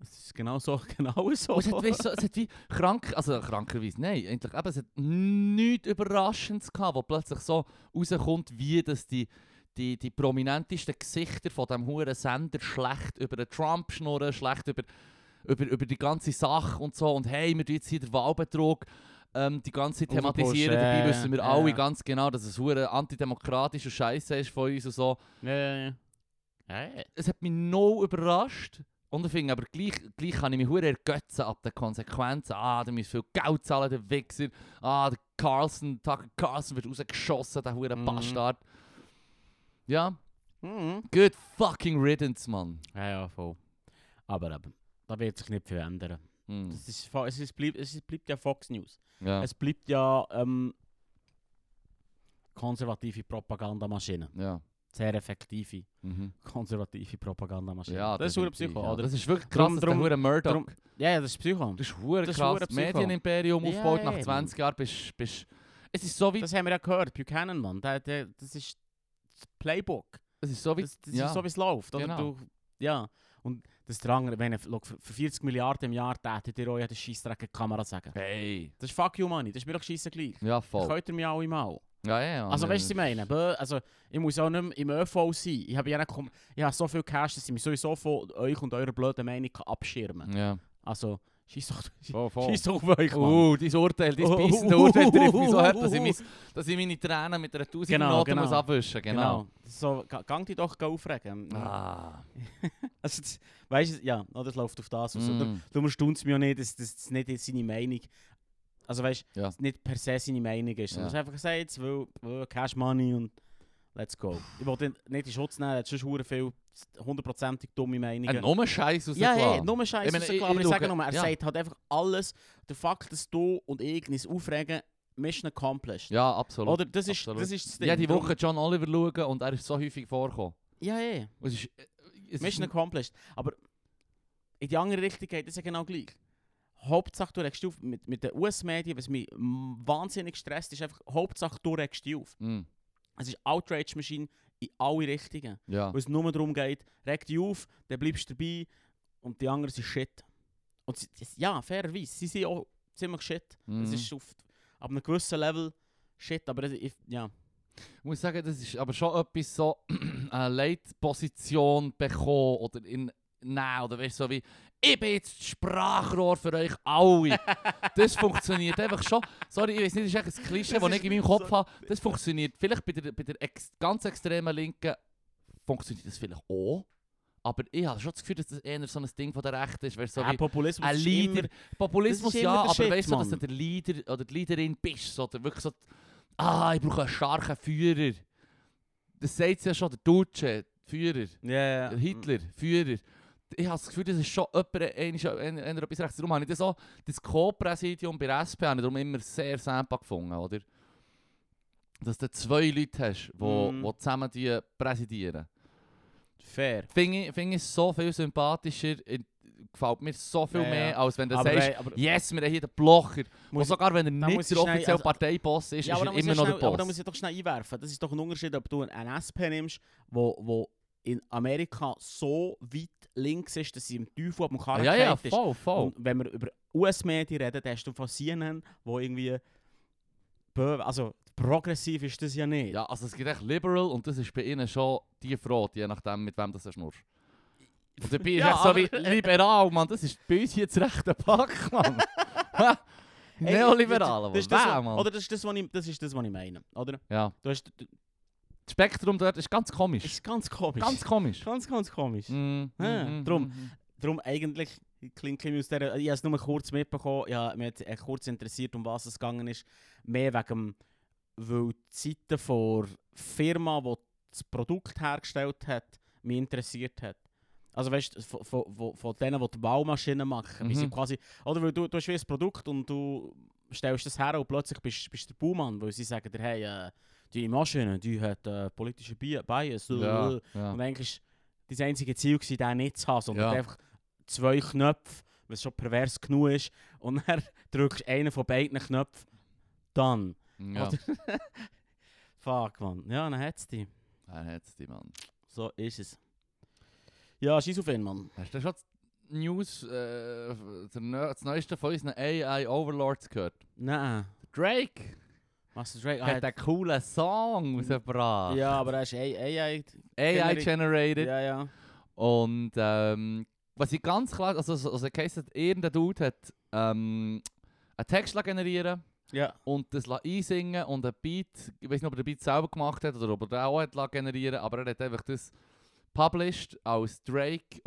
S1: es ist genau so, genau so.
S2: Und es, hat, weißt, so, es hat wie krank, also krankerweise, nein, eigentlich, eben, es hat nichts Überraschendes gehabt, wo plötzlich so rauskommt, wie dass die, die, die prominentesten Gesichter von diesem huren Sender schlecht über den Trump schnurren, schlecht über, über, über die ganze Sache und so und hey, wir tun jetzt hier den Wahlbetrug ähm, die ganze Zeit
S1: Und so
S2: thematisieren,
S1: Bullshit,
S2: dabei wissen wir
S1: ja.
S2: alle ganz genau, dass es hure antidemokratisch und scheiße ist von uns und so
S1: Ja, ja, ja. Eh,
S2: es hat mich noch überrascht. Und ich finde, aber gleich, gleich kann ich mich hure ergötzen ab den Konsequenzen. Ah, du musst viel Geld zahlen, der Wichser. Ah, der Carlson, Tucker Carlson wird rausgeschossen, der hure
S1: Mhm.
S2: Bastard. Ja,
S1: Mhm.
S2: good fucking riddance, Mann.
S1: Ja, ja, voll. Aber eben, da wird sich nicht viel ändern.
S2: Hm,
S1: Das ist, fa- es, ist, bleib, es ist, bleibt ja Fox News.
S2: Ja,
S1: Es bleibt ja ähm, konservative Propagandamaschine.
S2: ja.
S1: Sehr effektive
S2: Mhm.
S1: konservative Propagandamaschine.
S2: Ja,
S1: das ist hure
S2: definitiv,
S1: Psycho,
S2: ja.
S1: oder?
S2: Das ist wirklich krass,
S1: Drum-
S2: dass der
S1: drum-
S2: hure Murdoch.
S1: drum- Ja, ja, das ist Psycho.
S2: das ist hure
S1: das ist
S2: krass.
S1: hure Psycho.
S2: Medienimperium
S1: Ja,
S2: aufgebaut, nach
S1: eben.
S2: 20 Jahren bist bist- Es ist so wie...
S1: Das haben wir ja gehört, Buchanan, Mann. Der, der, das ist das Playbook.
S2: Es ist so wie...
S1: Das, das
S2: Dus ja.
S1: ist so, wie es läuft. Oder?
S2: Genau.
S1: Du, ja. Und das Drang, wenn ich, schau, für für 40 Milliarden im Jahr tätet ihr euch den Scheissdreck in die Kamera sagen.
S2: Hey.
S1: Das ist fuck you, Money. Das ist mir doch scheissegleich.
S2: Ja,
S1: Das
S2: voll.
S1: könnt ihr mir alle mal.
S2: Ja, ja, ja.
S1: Also weißt du, was ich meine? Bö, Also, ich muss auch nicht mehr im ÖV sein. Ich habe ja nicht kom- ich habe so viel Cash, dass ich mich sowieso von euch und eurer blöden Meinung kann abschirmen kann.
S2: Ja.
S1: Also, scheiß doch,
S2: Voll, voll.
S1: scheiss doch auf euch, Mann.
S2: Oh, dein Urteil, dein
S1: Oh,
S2: beißende
S1: oh,
S2: Urteil
S1: oh,
S2: trifft
S1: oh,
S2: mich so
S1: oh,
S2: hart, dass ich,
S1: oh,
S2: mein, dass ich meine Tränen mit einer 1000
S1: Genau,
S2: Noten
S1: genau.
S2: muss abwischen
S1: Genau.
S2: Genau.
S1: So, ga- gang dich doch aufregen.
S2: Ah.
S1: Also, das- weißt du, ja, oh, das läuft auf das. Also,
S2: Mm.
S1: Darum staunt es mich auch nicht, dass dass das nicht jetzt seine Meinung Also weißt du,
S2: Ja.
S1: dass es nicht per se seine Meinung ist.
S2: Ja.
S1: Sondern es ist einfach gesagt, jetzt will, will Cash Money und let's go. Ich wollte nicht in Schutz nehmen, es ist schon viel hundertprozentig dumme Meinungen.
S2: Ein Nummer Scheiß aus
S1: ja, hey, nur Scheiße.
S2: Ich meine, ich-
S1: rausgelassen, aber
S2: ich
S1: ich sage
S2: schaue-
S1: nur, er
S2: ja.
S1: sagt halt einfach alles. Der Fakt, dass du und ich uns aufregen, Mission accomplished.
S2: Ja, absolut.
S1: Oder? Das ist,
S2: absolut.
S1: das ist das Ding.
S2: ja, die
S1: Darum-
S2: Woche John Oliver schauen und er ist so häufig vorgekommen.
S1: Ja, ja.
S2: Und Es ist, äh, es
S1: Mission
S2: ist,
S1: accomplished. Aber in die andere Richtung geht es ja genau gleich. Hauptsache du regst dich auf mit, mit den US-Medien, was mich mm, wahnsinnig stresst, ist einfach, Hauptsache du regst dich auf.
S2: Mm,
S1: Es ist Outrage-Maschine in alle Richtungen.
S2: ja.
S1: Wo es nur darum geht, reg dich auf, dann bleibst du dabei und die anderen sind shit. Und sie, das- ja, fairerweise, sie sind auch ziemlich shit. Es
S2: Mhm.
S1: ist auf ab einem gewissen Level shit, aber es- ich, ja.
S2: Ich muss sagen, das ist aber schon etwas so eine Leitposition bekommen oder in nein, oder weißt du, so wie ich bin jetzt das Sprachrohr für euch alle. das funktioniert einfach schon. Sorry, ich weiß nicht, das ist echt ein Klischee,
S1: Das
S2: das ich
S1: ist
S2: in meinem
S1: so-
S2: Kopf habe. Das funktioniert vielleicht bei der, bei der ex ganz extremen Linken funktioniert das vielleicht auch. Aber ich habe schon das Gefühl, dass das eher so ein Ding von der Rechten ist. Weißt, du, so
S1: Äh,
S2: wie,
S1: Populismus
S2: ein
S1: ist
S2: Leader.
S1: immer-
S2: Populismus
S1: Das ist
S2: ja,
S1: immer der
S2: aber
S1: Shit,
S2: weißt du, dass du
S1: Mann.
S2: der Leader oder die Leaderin bist? So, der wirklich so, ah, ich brauche einen starken Führer. Das sagt ja schon, der Deutsche, Führer,
S1: Ja, ja.
S2: der Hitler, Führer. Ich habe das Gefühl, das ist schon jemand, einer, einer, einer etwas rechts. Darum habe ich das auch, das Co-Präsidium bei der SP habe ich darum immer sehr sympa gefunden, oder? Dass du zwei Leute hast, die
S1: Mhm.
S2: die zusammen die präsidieren.
S1: Fair.
S2: Finde ich, finde ich so viel sympathischer, in- gefällt mir so viel
S1: Ja, ja.
S2: mehr, als wenn du
S1: Aber
S2: sagst,
S1: wei- aber-
S2: Yes, wir haben hier den Blocher. Und
S1: Muss ich-
S2: sogar wenn er
S1: muss
S2: nicht
S1: ich
S2: der
S1: schnell-
S2: offizielle
S1: also-
S2: Parteiboss ist,
S1: Ja,
S2: ist
S1: aber
S2: er
S1: da muss ich
S2: immer noch
S1: ja
S2: der
S1: schnell, aber da muss
S2: Boss.
S1: ich doch schnell einwerfen. Das ist doch ein Unterschied, ob du einen SP nimmst, wo, wo in Amerika so weit links ist, dass sie im Teufel ab dem Karren
S2: Ah, ja, ja,
S1: gefeit ist.
S2: voll, voll.
S1: Und wenn wir über US-Medien reden, dann hast du von CNN, wo irgendwie... bö- Also, progressiv ist das ja nicht.
S2: Ja, also es gibt echt Liberal und das ist bei ihnen schon E die Frage, je nachdem, mit wem das er schnurst. Und dabei ist
S1: Ja,
S2: echt so
S1: aber-
S2: wie liberal, Mann, das ist bei uns hier das rechte Pack, Mann.
S1: Neoliberalen,
S3: Neoliberalen,
S1: das ist das,
S3: Mann.
S1: was-
S3: Bam, Mann.
S1: Oder das ist das, was ich, das ist das, was ich meine. Oder?
S2: Ja.
S1: Du hast, du,
S2: Das Spektrum dort ist ganz komisch.
S1: ist ganz komisch.
S2: ganz komisch.
S1: ganz, ganz komisch.
S2: Mm,
S1: Ja,
S2: mm, mm,
S1: drum.
S2: mm.
S1: Darum eigentlich klingt ein bisschen aus der. Ich habe es nur kurz mitbekommen. Ja, mich hat äh, kurz interessiert, um was es gegangen ist. Mehr wegen dem, weil die Seite von der Firma, die das Produkt hergestellt hat, mich interessiert hat. Also weißt du, von, von, von- von denen, die die Baumaschinen machen. Wie sie
S2: Mhm.
S1: quasi, oder weil du, du hast wie ein Produkt und du stellst das her und plötzlich bist bist du der Baumann, weil sie sagen dir, hey, äh, die Maschine die hat äh, politische Bi- Bias. äh,
S2: Ja, ja.
S1: und eigentlich war das einzige Ziel, gewesen, den nicht zu haben, sondern
S2: Ja.
S1: einfach zwei Knöpfe, was schon pervers genug ist, und dann drückst du einen von beiden Knöpfen, dann.
S2: ja.
S1: Oder- Fuck, man. Ja, dann hat's die.
S2: Er hat's die, Mann.
S1: So ist es. Ja, scheiß auf ihn, Mann.
S2: Hast du schon die News, äh, der Neu- das neueste von unseren AI-Overlords gehört?
S1: Nein.
S2: Drake
S1: Master Drake
S2: hat
S1: ah,
S2: einen coolen Song
S1: hat-
S2: rausgebracht.
S1: Ja, aber er ist AI.
S2: AI-generated.
S1: Ja, ja.
S2: Und ähm, was ich ganz klar, also, also, also geheißen, irgendein Dude hat ähm, einen Text lassen generieren
S1: Ja.
S2: und das lassen einsingen und einen Beat, ich weiß nicht, ob er den Beat selber gemacht hat oder ob er den auch hat lassen generieren aber er hat einfach das published als Drake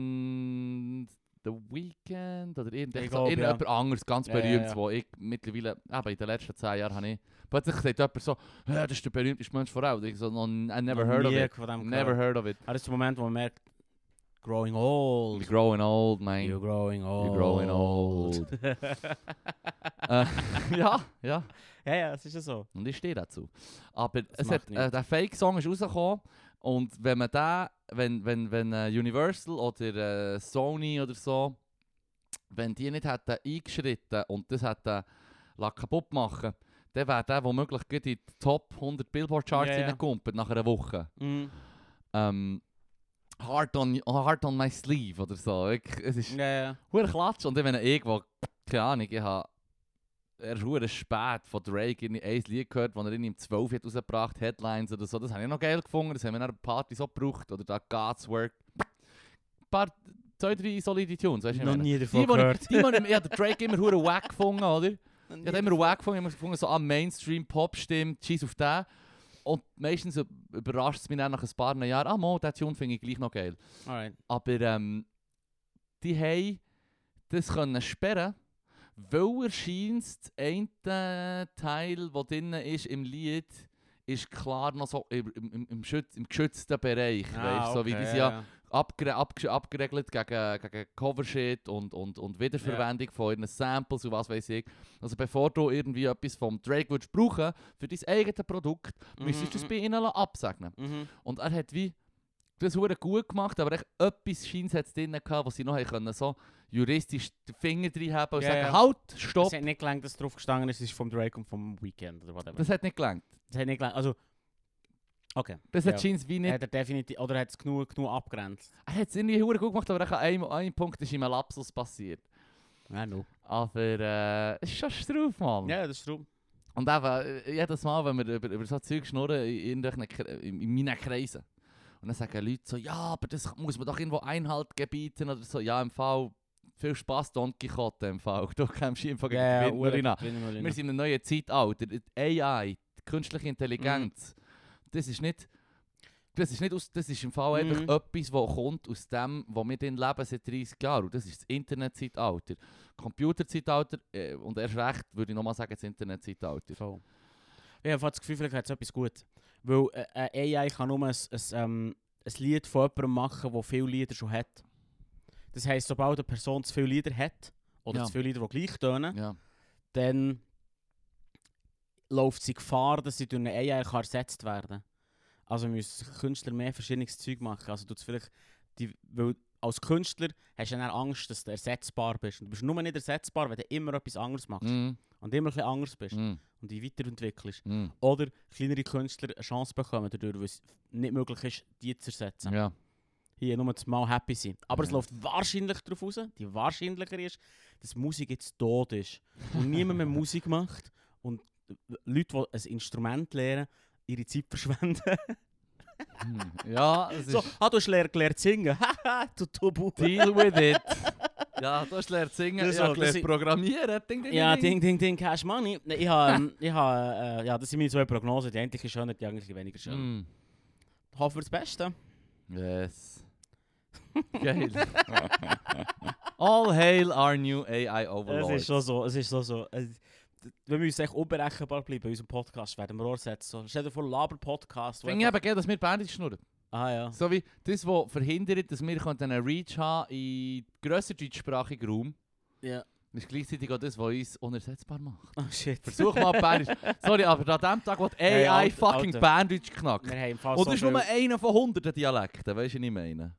S2: und The Weeknd oder irgend,
S1: Ich
S2: so,
S1: glaub, ja.
S2: irgendjemand anderes, ganz
S1: Ja, ja,
S2: berühmtes,
S1: ja.
S2: wo ich mittlerweile, eben in den letzten zehn Jahren habe ich, plötzlich sagt jemand so, «Ja, das ist der berühmteste Mensch vor allem. Ich so, «No, I never
S1: Noch
S2: heard of
S1: nie
S2: it.
S1: Von dem
S2: Never heard of it.
S1: Ah, das ist der Moment, wo man merkt, growing old.
S2: You're growing old, man.
S1: You're growing old.
S2: You're growing old. äh, ja, ja.
S1: Ja, ja, es ist ja so.
S2: Und ich stehe dazu. Aber es
S1: macht
S2: hat, äh, der Fake-Song ist rausgekommen. Und wenn man da, wenn, wenn, wenn äh, Universal oder äh, Sony oder so, wenn die nicht hätten eingeschritten und das hätten lassen kaputt machen, dann wäre der womöglich gleich in die Top 100 Billboard-Charts
S1: Ja,
S2: yeah,
S1: ja.
S2: nach einer Woche.
S1: Mhm.
S2: Ähm, hard, on, hard on my sleeve oder so. Wirklich, es ist,
S1: Ja, ja.
S2: Hure Klatsch. Und dann, wenn ich irgendwo, keine Ahnung, ich habe erst hure spät von Drake in ein Lied gehört, das er in im 12 hat rausgebracht Headlines oder so. Das habe ich noch geil gefunden. Das haben wir nach der Party so gebraucht. Oder da God's Work. Ein paar, zwei, drei solide Tunes. Weißt du,
S1: Noch
S2: ich meine.
S1: nie
S2: Die,
S1: davon
S2: wo
S1: gehört.
S2: ich, die, wo ich, ich habe den Drake immer hure wack gefunden, oder? Ich habe immer wack gefunden, ich habe gefunden, so am Mainstream Pop stimmt, cheese auf den. Und meistens überrascht es mich dann nach ein paar Jahren, ah, mo, der Tune finde ich gleich noch geil.
S1: Alright.
S2: Aber ähm, die haben das können sperren, weil erscheint das eine Teil, der drin ist im Lied, ist klar noch so im, im, im- im, schütz, im geschützten Bereich.
S1: Ah,
S2: weisst du, so wie die sind ja abgere abge abgeregelt gegen, gegen Covershit und, und, und Wiederverwendung von ihren Samples und was weiß ich. Also bevor du irgendwie etwas vom Drake würdest brauchen für dein eigenes Produkt, müsstest du es bei ihnen absegnen.
S1: Mhm.
S2: Und er hat wie das hure gut gemacht, aber echt etwas scheint es drin gehabt, was sie noch haben können, so juristisch den Finger drin haben und
S1: Ja,
S2: sagen,
S1: ja.
S2: halt,
S1: Es
S2: stopp.
S1: hat nicht gelangt, dass drauf gestanden ist, es ist vom Drake und vom Weekend oder whatever.
S2: Das hat nicht gelangt.
S1: Es hat nicht gelangt, also... Okay.
S2: Das
S1: Ja.
S2: hat scheint wie nicht.
S1: Hat er definitiv, oder hat es genug, genug abgrenzt?
S2: Er hat es irgendwie hure gut gemacht, aber echt an einem, an einem Punkt ist ihm ein Lapsus passiert.
S1: Ja, no.
S2: Aber äh, es ist schon drauf, Mann.
S1: Ja, das ist true.
S2: Und eben, äh, jedes Mal, wenn wir über, über so Zeug schnurren in, irgendwelchen Kre- in, in meinen Kreisen, und dann sagen Leute so, ja, aber das muss man doch irgendwo Einhalt gebieten oder so. Ja, im Fall, viel Spaß Don Quixote im Fall. Du kämpfst im Fall gegen die Windmühlen an. Wir sind in einem neuen Zeitalter. Die AI, die künstliche Intelligenz, das ist nicht... Das ist, nicht aus, das ist im Fall
S1: Mhm.
S2: einfach etwas, was kommt aus dem, wo wir drin leben seit 30 Jahren. Und das ist das Internetzeitalter. Computerzeitalter äh, und erst recht würde ich nochmal sagen, das Internetzeitalter.
S1: Voll. Ich habe das Gefühl, vielleicht hat es etwas gut. Weil äh, äh, AI kann nur ein, ein, ähm, ein Lied von jemandem machen, der viele Lieder schon hat. Das heisst, sobald eine Person zu viele Lieder hat, oder
S2: Ja.
S1: zu viele Lieder, die gleich tönen,
S2: Ja.
S1: dann läuft sie Gefahr, dass sie durch eine AI kann ersetzt werden Also müssen Künstler mehr verschiedenes Zeug machen. Also du vielleicht, die, weil als Künstler hast du dann Angst, dass du ersetzbar bist. Und du bist nur nicht ersetzbar, wenn du immer etwas anderes machst
S2: Mm,
S1: und immer ein bisschen anders bist
S2: mm,
S1: und dich weiterentwickelst.
S2: mm.
S1: Oder kleinere Künstler eine Chance bekommen dadurch, weil es nicht möglich ist, die zu ersetzen.
S2: Ja.
S1: Hier nur mal happy sein. Aber es
S2: Ja.
S1: läuft wahrscheinlich darauf raus, die wahrscheinlicher ist, dass Musik jetzt tot ist. Und niemand mehr Musik macht. Und Leute, die ein Instrument lernen, ihre Zeit verschwenden.
S2: ja, es ist...
S1: so, ah, du hast leer gelernt zu singen. Haha, du Tobu.
S2: Deal with it. Ja, du hast gelernt singen,
S1: Das
S2: ich habe
S1: so, das
S2: gelernt
S1: ist-
S2: programmieren. Ding, ding,
S1: Ja,
S2: ding.
S1: Ding, Ding, Ding, Cash Money. Nein, Ich habe, ähm, ich habe, äh, ja, das sind meine zwei Prognosen. Die eigentlich ist schöner, die eigentlich weniger schön.
S2: Mm.
S1: Hoffe für das Beste.
S2: Yes. Geil. All hail our new AI
S1: Es
S2: Overlord.
S1: ist schon so, es ist schon so. Es- Wenn wir uns echt unberechenbar bleiben bei unserem Podcast, werden wir auch setzen. Stell dir vor, Laber-Podcast. wo
S2: Finde ich
S1: einfach-
S2: eben geil, dass wir Bandit schnurren.
S1: Ah ja.
S2: So wie das, was verhindert, dass wir könnten einen Reach haben in grösser deutschsprachigen Raum,
S1: Ja.
S2: ist gleichzeitig auch das, was uns unersetzbar macht.
S1: Oh shit.
S2: Versuch mal Bandit. Sorry, aber an dem Tag, wo die AI
S1: Hey, Alter,
S2: fucking
S1: Alter.
S2: Bandit
S1: Wir
S2: knackt.
S1: haben im Fall
S2: Und
S1: so
S2: das ist nur
S1: viel-
S2: einer von hunderten Dialekten, weißt du, was ich meine?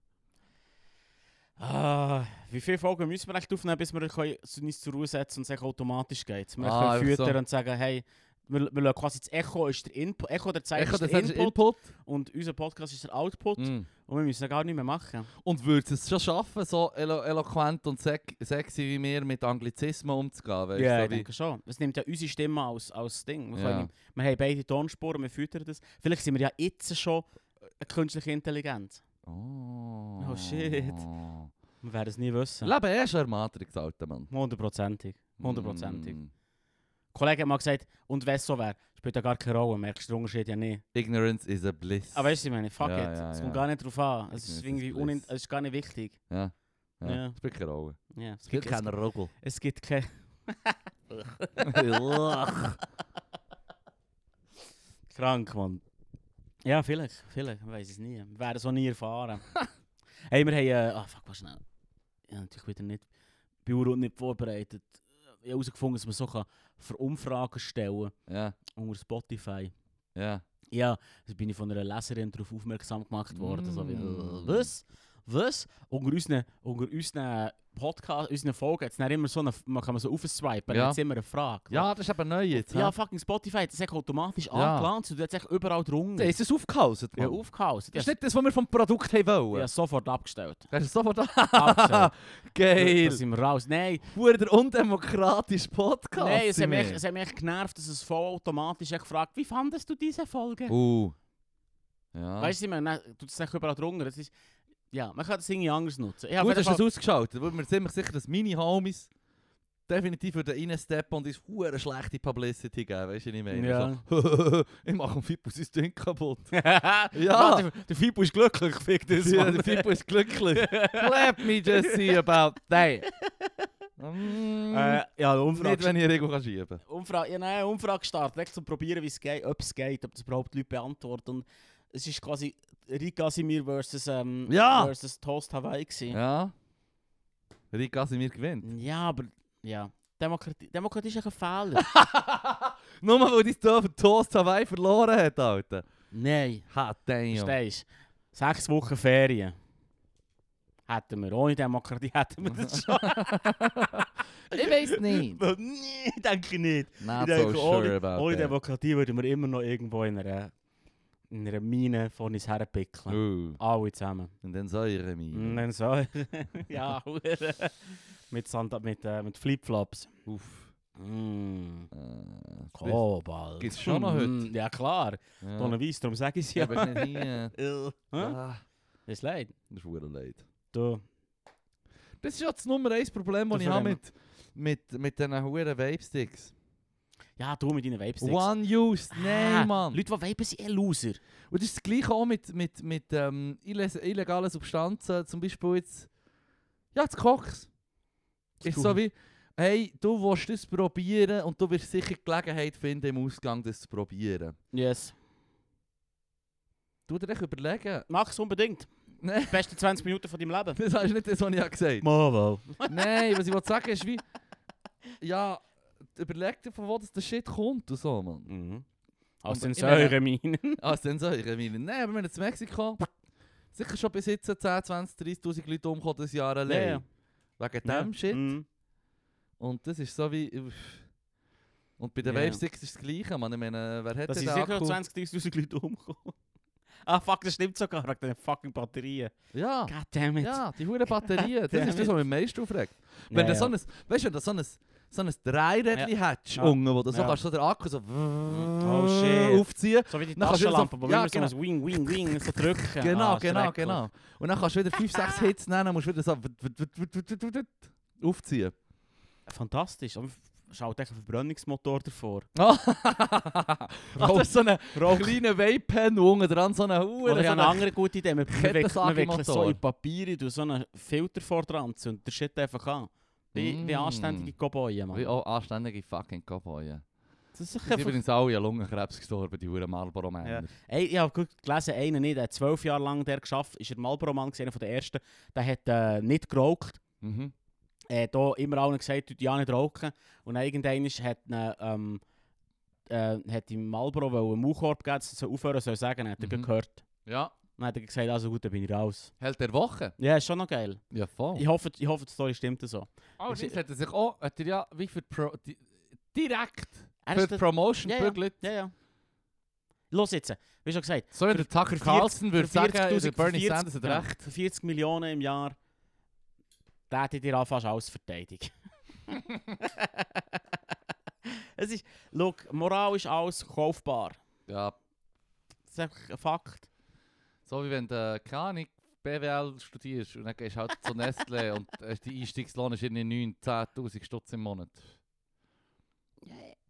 S1: Ah, wie viele Folgen müssen wir echt aufnehmen, bis wir können zu- uns zur Ruhe setzen und sagen, automatisch geht's. Wir
S2: Ah,
S1: können
S2: einfach so.
S1: füttern und sagen, hey, wir, wir lassen quasi das Echo ist der Input, Echo der
S2: Ich
S1: Zeit ist
S2: habe
S1: der
S2: das
S1: Input,
S2: Input.
S1: und unser Podcast ist der Output
S2: Mm.
S1: und wir müssen gar nicht mehr machen.
S2: Und würde es schon schaffen, so elo eloquent und sec- sexy wie wir mit Anglizismen umzugehen? Weißt,
S1: ja,
S2: so
S1: ich
S2: wie,
S1: denke schon. Es nimmt ja unsere Stimme als, als Ding. Wir,
S2: Ja.
S1: können, wir haben beide Tonspuren, wir füttern das. Vielleicht sind wir ja jetzt schon eine künstliche Intelligenz.
S2: oh.
S1: Oh, shit. Wir werden es nie wissen.
S2: Leben eh schon eine Matrix, alter Mann.
S1: Hundertprozentig. Hundertprozentig.
S2: Mm.
S1: Ein Kollege hat mal gesagt, und wenn es so wäre, spielt ja gar keine Rolle, merkst du den Unterschied ja nicht.
S2: Ignorance is a bliss.
S1: Aber Ah, weißt du, ich meine, fuck
S2: Ja,
S1: it,
S2: ja,
S1: es
S2: ja.
S1: kommt gar nicht drauf an. Es
S2: Ich
S1: ist
S2: weiß,
S1: irgendwie
S2: es ist-
S1: unin- es ist gar nicht wichtig.
S2: Ja. Ja.
S1: Ja.
S2: Das spielt keine Rolle.
S1: Ja, es,
S2: Es gibt
S1: gibt, es,
S2: keinen Rogel.
S1: es gibt keine. Krank, Mann. Ja, vielleicht, vielleicht, man weiß es nie. Wir werden es auch nie erfahren. hey, wir haben. äh, Ah, fuck, was schnell. Ja, natürlich wieder nicht. Büro nicht vorbereitet. Ich habe herausgefunden, dass man so kann für Umfragen stellen kann
S2: ja,
S1: unter Spotify.
S2: ja.
S1: Ja, dus da bin ich von einer Leserin darauf aufmerksam gemacht worden. So wie,
S2: Mm.
S1: was? Was? Unter unseren, unter unseren Podcast, unseren Folgen, jetzt immer so eine, man kann man so aufswipen,
S2: Ja.
S1: ja. jetzt immer eine Frage.
S2: Ja, das ist eben neu jetzt.
S1: ja,
S2: hä?
S1: fucking Spotify hat das echt automatisch
S2: Ja.
S1: angelanzt und hat es echt überall
S2: Da
S1: drunter.
S2: ist es aufgehauset,
S1: Ja,
S2: Mann.
S1: aufgehaust.
S2: Das
S1: Ich
S2: ist nicht das, was wir vom Produkt haben wollen.
S1: habe sofort abgestellt.
S2: Hast du es sofort
S1: Abgestellt.
S2: Geil.
S1: Da sind wir raus. Nein,
S2: Wurde der undemokratische Podcast.
S1: nein es, hat
S2: sind
S1: mich,
S2: wir.
S1: es hat mich echt dus genervt, dass es vollautomatisch echt gefragt wie fandest du diese Folge?
S2: Uh. Ja.
S1: Weißt du, ich meine, dann tut es echt überall drunter. Es ist, ja, man kann das irgendwie anders nutzen. Ich habe
S2: Gut,
S1: auf jeden
S2: hast du
S1: Fall-
S2: das ausgeschaltet. Weil wir ziemlich sicher, dass meine Homies definitiv würden reinsteppen und uns hure schlechte Publicity geben. Weißt du, was ich meine?
S1: Ja.
S2: So, ich mache dem Fippo sein Ding kaputt.
S1: ja,
S2: Ja.
S1: der, der Fibu ist glücklich, fick das.
S2: ja,
S1: Mann.
S2: der Fippo ist glücklich. Let me just see about that. Mm,
S1: äh, ja, eine
S2: nicht,
S1: Umfrage.
S2: wenn ich Rego kann schieben kann.
S1: Umfrage, ja, nein, eine Umfrage gestartet, echt zum probieren, wie es geht, ob es geht, ob das überhaupt Leute beantworten. Und es ist quasi Rika Simir versus, ähm,
S2: Ja.
S1: versus Toast Hawaii gewesen.
S2: Ja. Rick Casimir gewinnt.
S1: Ja, aber ja. Demokratie, Demokratie ist echt ein Fehler.
S2: Nur weil dein Dorf Toast Hawaii verloren hat, Alter.
S1: Nein.
S2: Ha, damn.
S1: Verstehst du? Sechs Wochen Ferien. Hätten wir. Ohne Demokratie hätten wir das schon.
S2: Ich weiß nicht.
S1: nee, denke ich nicht.
S2: Not
S1: Ich
S2: so
S1: denke,
S2: sure
S1: ohne,
S2: about
S1: ohne
S2: that.
S1: Demokratie würden wir immer noch irgendwo in einer, in einer Mine von uns herpickeln.
S2: Uh,
S1: Alle zusammen.
S2: und dann säure mich.
S1: Und dann so. Mm, ja, hure. mit, Sand, mit, äh, mit Flipflops.
S2: Uff.
S1: Mm.
S2: Äh, das
S1: Kobalt.
S2: Gibt's schon noch heute?
S1: Mm, Ja, klar.
S2: bist- ja.
S1: Donner Weiss, darum sage ich es
S2: Ja,
S1: ja.
S2: aber ist nicht hier.
S1: Äh, hä?
S2: eh, Ah,
S1: Ist leid.
S2: Das ist hure leid.
S1: Du.
S2: Das ist ja das Nummer 1 Problem, das
S1: Das
S2: ich habe
S1: wollen
S2: mit, mit, mit diesen huren Vape-Sticks.
S1: Ja, du mit deinen Vapesticks.
S2: One-Use,
S1: Ah,
S2: nein, Mann.
S1: Leute, die vapen, sind eh Loser.
S2: Und das ist das Gleiche auch mit, mit, mit ähm, illes- illegalen Substanzen, zum Beispiel jetzt, ja, das Koks. Ist so wie, hey, du willst das probieren und du wirst sicher die Gelegenheit finden, im Ausgang das zu probieren.
S1: Yes.
S2: Du dir echt überlegen.
S1: Mach es unbedingt.
S2: Nein,
S1: Die besten 20 Minuten von deinem Leben.
S2: das ist nicht das, was ich gesagt habe.
S1: Mavo.
S2: Nein, was ich wollte sagen ist wie, ja, überleg dir, von wo das der Shit kommt und so, Mann.
S1: Mhm. Aus
S2: Aber
S1: den
S2: ich meine-
S1: Säureminen.
S2: Ah, das so, ich meine, nein, aber wir sind in Mexiko. Sicher schon bis jetzt 10, 20, 30'000 Leute umgekommen das Jahr allein.
S1: Ja,
S2: Wegen
S1: Ja.
S2: dem Shit.
S1: Mhm.
S2: Und das ist so wie... uff. Und bei den
S1: Ja.
S2: Wave 6 ist das Gleiche, Mann. Ich meine, äh, wer hätte
S1: Da sind
S2: den
S1: sicher
S2: Akku?
S1: noch 20.000 Leute umgekommen. Ah, fuck, das stimmt sogar. Wegen den fucking Batterien.
S2: Ja,
S1: Goddammit.
S2: Oh. ja, dus die hohen Batterien. das ist das, was mich am meisten aufregt. Wenn
S1: Ja,
S2: du so
S1: ja.
S2: ein... Weißt du, wenn du so ein... So ein Dreirädchen hättest,
S1: Ja.
S2: unten, wo du so
S1: Ja.
S2: kannst, so den Akku so...
S1: Oh, shit.
S2: Aufziehen.
S1: So wie die
S2: Dann kannst du
S1: Taschenlampe,
S2: wieder
S1: wo
S2: so-
S1: wir
S2: ja,
S1: immer so ein Wing, Wing, Wing so drücken.
S2: Genau,
S1: Ah,
S2: genau,
S1: schrecklich.
S2: genau. Und dann kannst du wieder 5, 6 Hits nehmen, musst wieder so... aufziehen.
S1: Fantastisch. Aber schaut echt ein Verbrennungsmotor davor.
S2: Ah, das ist so ein kleiner Vape-Pen, wo unten dran so eine Uhr.
S1: Oder
S2: Oh, so
S1: ich
S2: eine-
S1: habe eine andere gute Idee. Man man wickelt man wickelt so
S2: Kettensägemotor.
S1: in Papier und tut so einen Filter vor dran und der shit einfach an. Wie, wie
S2: Mm.
S1: anständige Cowboy,
S2: Wie
S1: Mann.
S2: auch anständige fucking Cowboys.
S1: Das ist doch
S2: Die sind
S1: einfach...
S2: übrigens alle an Lungenkrebs gestorben, die Huren Marlboro-Männer.
S1: Ey, ich habe gelesen, einer nicht, der hat zwölf Jahre lang der geschafft, ist er Malboro-Mann gesehen, einer der ersten, der hat äh, nicht geraucht.
S2: Mhm.
S1: äh, da immer allen gesagt, du ja nicht rauchen. Und dann irgendwann ist- hat ihn, ähm, äh, hat ihm Marlboro wollen einen Maulkorb gegeben, dass er aufhören soll sagen, hat er
S2: Mhm.
S1: gehört.
S2: Ja,
S1: Dann hat er gesagt, also gut, dann bin ich raus.
S2: hält der Woche?
S1: Ja, ist schon noch geil.
S2: Ja, voll.
S1: Ich hoffe, ich hoffe die Story stimmt so.
S2: Allerdings
S1: Ist-
S2: hat Oh, er sich auch, hat er ja wie für die Pro, di, direkt
S1: Er
S2: für
S1: ist
S2: die
S1: der-
S2: Promotion
S1: Ja,
S2: bügelt.
S1: ja, ja. Los jetzt, wie schon gesagt,
S2: So wie der Tucker
S1: für
S2: Carlson würde
S1: für
S2: sagen,
S1: 40.000
S2: der Bernie
S1: für 40
S2: Sanders hat
S1: ja,
S2: recht.
S1: für 40 Millionen im Jahr, da hätte ich dir auch fast alles verteidigt. es ist, look, Moral ist alles kaufbar.
S2: Ja,
S1: Das ist einfach ein Fakt.
S2: so wie wenn du, äh, keine Ahnung, BWL studierst und dann gehst du halt zu Nestle und äh, die Einstiegslohn ist irgendwie 9 10'000 Stutz im Monat.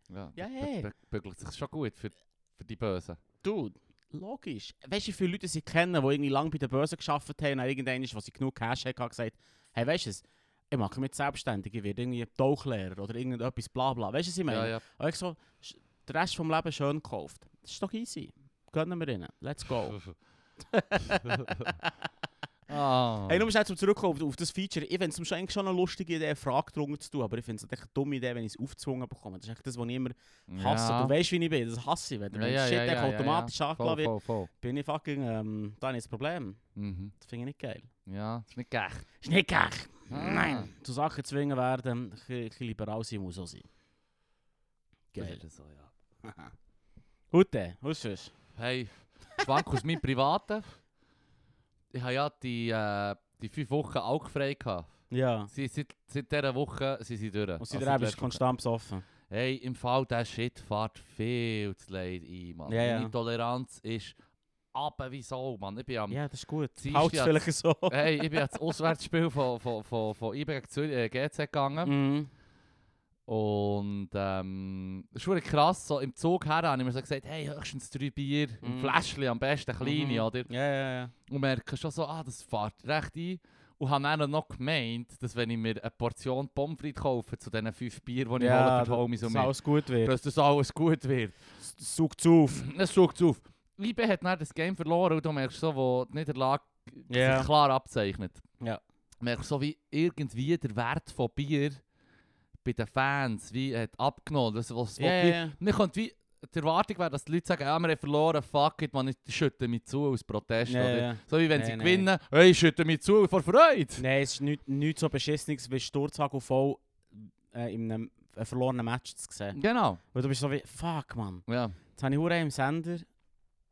S2: Ja,
S1: Ja,
S2: bü-
S1: hey.
S2: bü- bügelt sich schon gut für, für die Bösen.
S1: Dude, logisch. Weißt du, wie viele Leute sie kennen, die irgendwie lange bei der Börse gearbeitet haben und dann irgendwann, was sie genug Cash hatten, gesagt hey, weißt du es, ich mache mich jetzt selbstständig, ich werde irgendwie Tauchlehrer oder irgendetwas, bla bla. Weißt du, was ich meine?
S2: Ja, ja.
S1: Und ich so, sch- den Rest vom Leben schön gekauft. Das ist doch easy. Gönnen wir ihnen. Let's
S2: Oh.
S1: go.
S2: ah.
S1: Hey, nur schnell zum Zurückkommen auf- auf das Feature. Ich finde es schon eigentlich schon eine lustige Idee, eine Frage drunter zu tun, aber ich finde es echt eine dumme Idee, wenn ich es aufgezwungen bekomme. Das ist echt das, was ich immer hasse. Du weißt, wie ich bin, das hasse ich. Wenn wenn Shit einfach automatisch ja,
S2: Voll,
S1: wird,
S2: voll, voll.
S1: bin ich fucking, ähm, da habe ich ein Problem.
S2: Mhm.
S1: Das finde ich nicht geil.
S2: Ja, ist nicht gerecht.
S1: Ist nicht geil. Nein.
S2: Ah.
S1: Zu Sachen zwingen werden, ein bisschen- ein bisschen liberal sein muss auch sein.
S2: Das
S1: Geil.
S2: ist so, ja.
S1: Gut, dann, was ist
S2: Hey, Schwank aus meinem Privaten. Ich habe ja die, äh, die fünf Wochen auch frei gehabt.
S1: Ja.
S2: Sie, seit, seit dieser Woche sind sie durch.
S1: Und
S2: Also
S1: seitdem bist du
S2: letzte Woche.
S1: konstant besoffen.
S2: Hey, im Fall der Shit fährt viel zu leid ein, Mann.
S1: Ja, ja.
S2: Meine Toleranz ist aber wie so, Mann. Ich bin am
S1: Ja, das ist gut.
S2: Dienstag
S1: Haut
S2: hat's-
S1: vielleicht so.
S2: Hey, ich bin jetzt Auswärtsspiel von, von, von, von IB gegen Zürich, äh, GZ gegangen.
S1: Mhm.
S2: Und ähm, das ist wirklich krass, so im Zug her habe ich mir so gesagt, hey, höchstens drei Bier, ein
S1: Mhm.
S2: Fläschchen, am besten kleine,
S1: Mhm.
S2: oder?
S1: Ja, ja, ja.
S2: Und merke schon so, ah, das fährt recht ein. Und habe dann noch gemeint, dass wenn ich mir eine Portion Pommes frites kaufe, zu diesen fünf Bier, die ich
S1: ja,
S2: hole für die Homies und
S1: dass
S2: mir,
S1: alles gut wird.
S2: dass das alles gut wird.
S1: Das Saugt auf.
S2: Es schaut auf. IB hat dann das Game verloren und du merkst so, wo die Niederlage
S1: Ja.
S2: sich klar abzeichnet.
S1: Ja.
S2: Merkst so wie irgendwie der Wert von Bier bei den Fans wie hat abgenommen. Das, was,
S1: Ja, ja,
S2: wie,
S1: ja.
S2: Man könnte wie die Erwartung wäre, dass die Leute sagen, ja, wir haben verloren, fuck it, man, ich schütte mich zu aus Protest.
S1: Ja,
S2: oder?
S1: ja.
S2: So wie wenn
S1: Nein,
S2: sie
S1: nein.
S2: gewinnen, hey, ich schütte mich zu vor Freude.
S1: Nein, es ist nichts nicht so beschissenes wie Sturzhagel voll äh, in einem, einem verlorenen Match zu sehen.
S2: Genau.
S1: Weil du bist so wie, fuck man,
S2: Ja.
S1: jetzt habe ich Hure im Sender.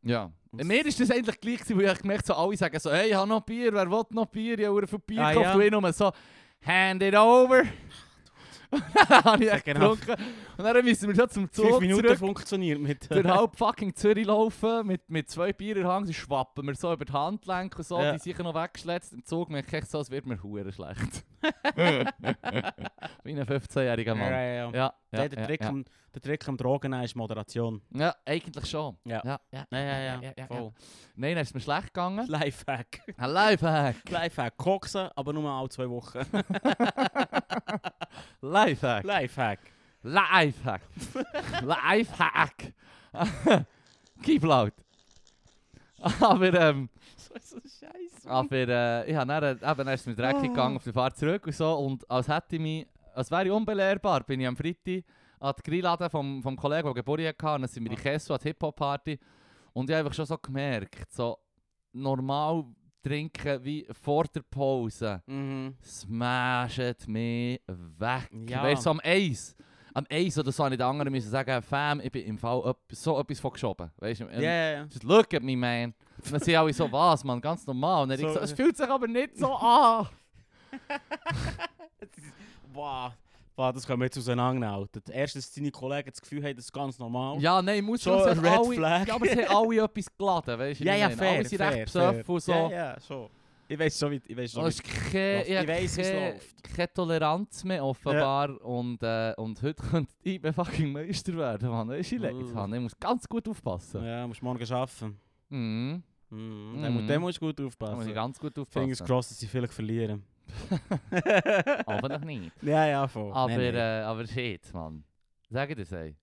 S2: Ja.
S1: Und-
S2: Mir ist das eigentlich gleich, gewesen, weil ich gemerkt habe, so alle sagen so, hey, ich habe noch Bier, wer will noch Bier? Ich habe viel Bier
S1: Ah,
S2: gekauft
S1: ja.
S2: und ich nur so, hand it over. Und dann habe ich echt
S1: Genau.
S2: getrunken. Und dann müssen wir schon zum
S1: Fünf
S2: Zug
S1: Minuten
S2: zurück
S1: funktioniert mit.
S2: durch halb fucking Zürich laufen, mit, mit zwei Bier in der Hand, dann schwappen wir so über die Handgelenke und so,
S1: Ja.
S2: die sicher noch weggeschletzt. Im Zug merke ich so, es wird mir hure schlecht. Wie ein 15-jähriger
S1: ja,
S2: Mann.
S1: ja,
S2: Ja,
S1: ja.
S2: ja,
S1: Der, der, Trick
S2: ja,
S1: Am, der Trick am Drogen nehmen ist Moderation.
S2: ja. ja, eigentlich schon.
S1: Ja.
S2: Ja, ja,
S1: Ja, ja,
S2: ja, ja, ja.
S1: voll.
S2: Nein, dann ist es mir schlecht gegangen.
S1: Lifehack.
S2: Ein Lifehack!
S1: Lifehack. Koksen, aber nur alle zwei Wochen.
S2: Lifehack!
S1: Lifehack.
S2: Lifehack! Lifehack! Keep laut! Aber, ähm,
S1: So so scheiße.
S2: aber äh, ich habe dann, äh, eben erst mit Dreck gegangen auf die Fahrt zurück und so und als hätte ich mich, als wäre ich unbelehrbar, bin ich am Freitag an die Grillade vom, vom Kollegen, der Geburtstag hatte, und dann sind wir in Kesso an die Hip-Hop-Party und ich habe einfach schon so gemerkt, so normal trinken wie vor der Pause.
S1: Mhm.
S2: Smashet mich weg.
S1: Ja.
S2: Weißt du, so am Eis. Am Eis oder so, an den anderen müssen sagen, Fam, ich bin im Fall öpp- so etwas von geschoben. Weißt du,
S1: Ja, ja, ja.
S2: just look at me, man. Und dann sind alle so, was, man, ganz normal. Und dann
S1: So,
S2: ich so, es
S1: äh.
S2: fühlt sich aber nicht so an.
S1: Wow. Wow, das können wir jetzt auseinanderhalten. Erstens, dass deine Kollegen das Gefühl haben, das ist ganz normal.
S2: ja, nein, muss
S1: So
S2: schon. es
S1: ein
S2: hat
S1: Red
S2: alle-
S1: Flag.
S2: Ja, aber es haben alle etwas geladen, weißt du?
S1: ja,
S2: wie ich
S1: ja,
S2: meine?
S1: fair.
S2: Alle sind
S1: fair,
S2: recht
S1: fair.
S2: besoffen und so.
S1: Ja, ja, schon. Ich weiß schon, wie. Ich weiß schon.
S2: Oh,
S1: wie-
S2: es ist keine,
S1: Ich
S2: ich
S1: weiss, wie es
S2: keine,
S1: läuft.
S2: keine Toleranz mehr offenbar und, äh, und heute könnte ich mein fucking Meister werden, Mann. Weisst du, Ich, leg's
S1: Uh.
S2: an. ich muss ganz gut aufpassen.
S1: Ja, musst morgen arbeiten.
S2: Mhm.
S1: Mhm.
S2: Mhm.
S1: Dann mu- Dann musst du gut
S2: Da muss ich
S1: aufpassen.
S2: ganz gut
S1: Also, Fingers
S2: aufpassen.
S1: crossed, dass sie vielleicht verlieren.
S2: Aber noch nicht.
S1: Ja, ja, voll.
S2: Aber,
S1: Nein, nein.
S2: Äh, aber shit, Mann. Sag ich dir sei.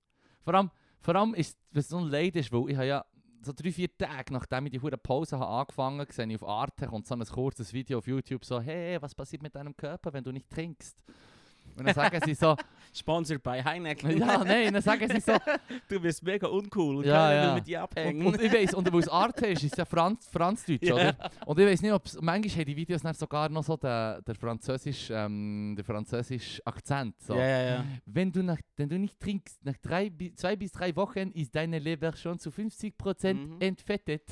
S2: Vor allem, vor allem ist es so ein Leid, ist, weil ich habe ja so drei, vier Tage, nachdem ich die hure Pause habe angefangen habe, sehe ich auf Arte kommt so ein kurzes Video auf YouTube so, hey, was passiert mit deinem Körper, wenn du nicht trinkst? Und dann sagen sie so,
S1: Sponsored by Heineken.
S2: ja, nein, dann sagen sie so,
S1: Du bist mega uncool und
S2: Ja,
S1: keiner
S2: ja.
S1: will mit dir abhängen.
S2: Und, und ich weiss, und weil es Arte ist, ist es ja Franz, Franzdeutsch,
S1: Ja.
S2: oder? Und ich weiss nicht, ob es, manchmal haben die Videos dann sogar noch so den, den französisch, ähm, den französisch Akzent. So.
S1: Ja, ja, ja.
S2: Wenn, du nach, wenn du nicht trinkst, nach drei, bi- zwei bis drei Wochen ist deine Leber schon zu 50%
S1: Mhm.
S2: entfettet.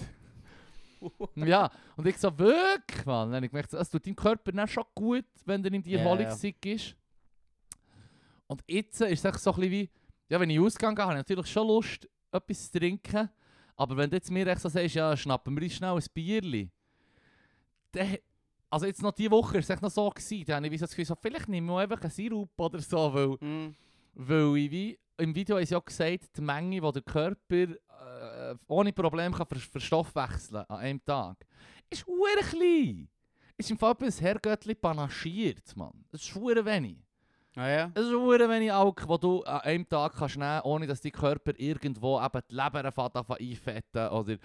S2: ja, und ich so, wirklich, Mann. Und ich merke, es tut deinem Körper dann schon gut, wenn er in die
S1: Ja, ja.
S2: Erholungszeit ist. Und jetzt äh, ist es echt so ein bisschen wie, ja, wenn ich ausgehe, habe ich natürlich schon Lust, etwas zu trinken. Aber wenn du jetzt mir echt so sagst, ja, schnappen wir uns schnell ein Bierli. Dann, also jetzt noch diese Woche war es echt noch so, gewesen, dann habe ich wie so das Gefühl, so, vielleicht nehme ich auch einfach einen Sirup oder so, weil,
S1: Mhm.
S2: weil ich wie, im Video ist ja auch gesagt, die Menge, die der Körper äh, ohne Problem kann ver verstoffwechseln an einem Tag, ist hure klein. Ist im Fall bis Herrgöttli panaschiert, Mann. Das ist hure wenig.
S1: Ah, ja.
S2: Es ist hure wenig Alk, wo du an einem Tag kannst nehmen, ohne dass dein Körper irgendwo eben die Leber fährt an einfetten oder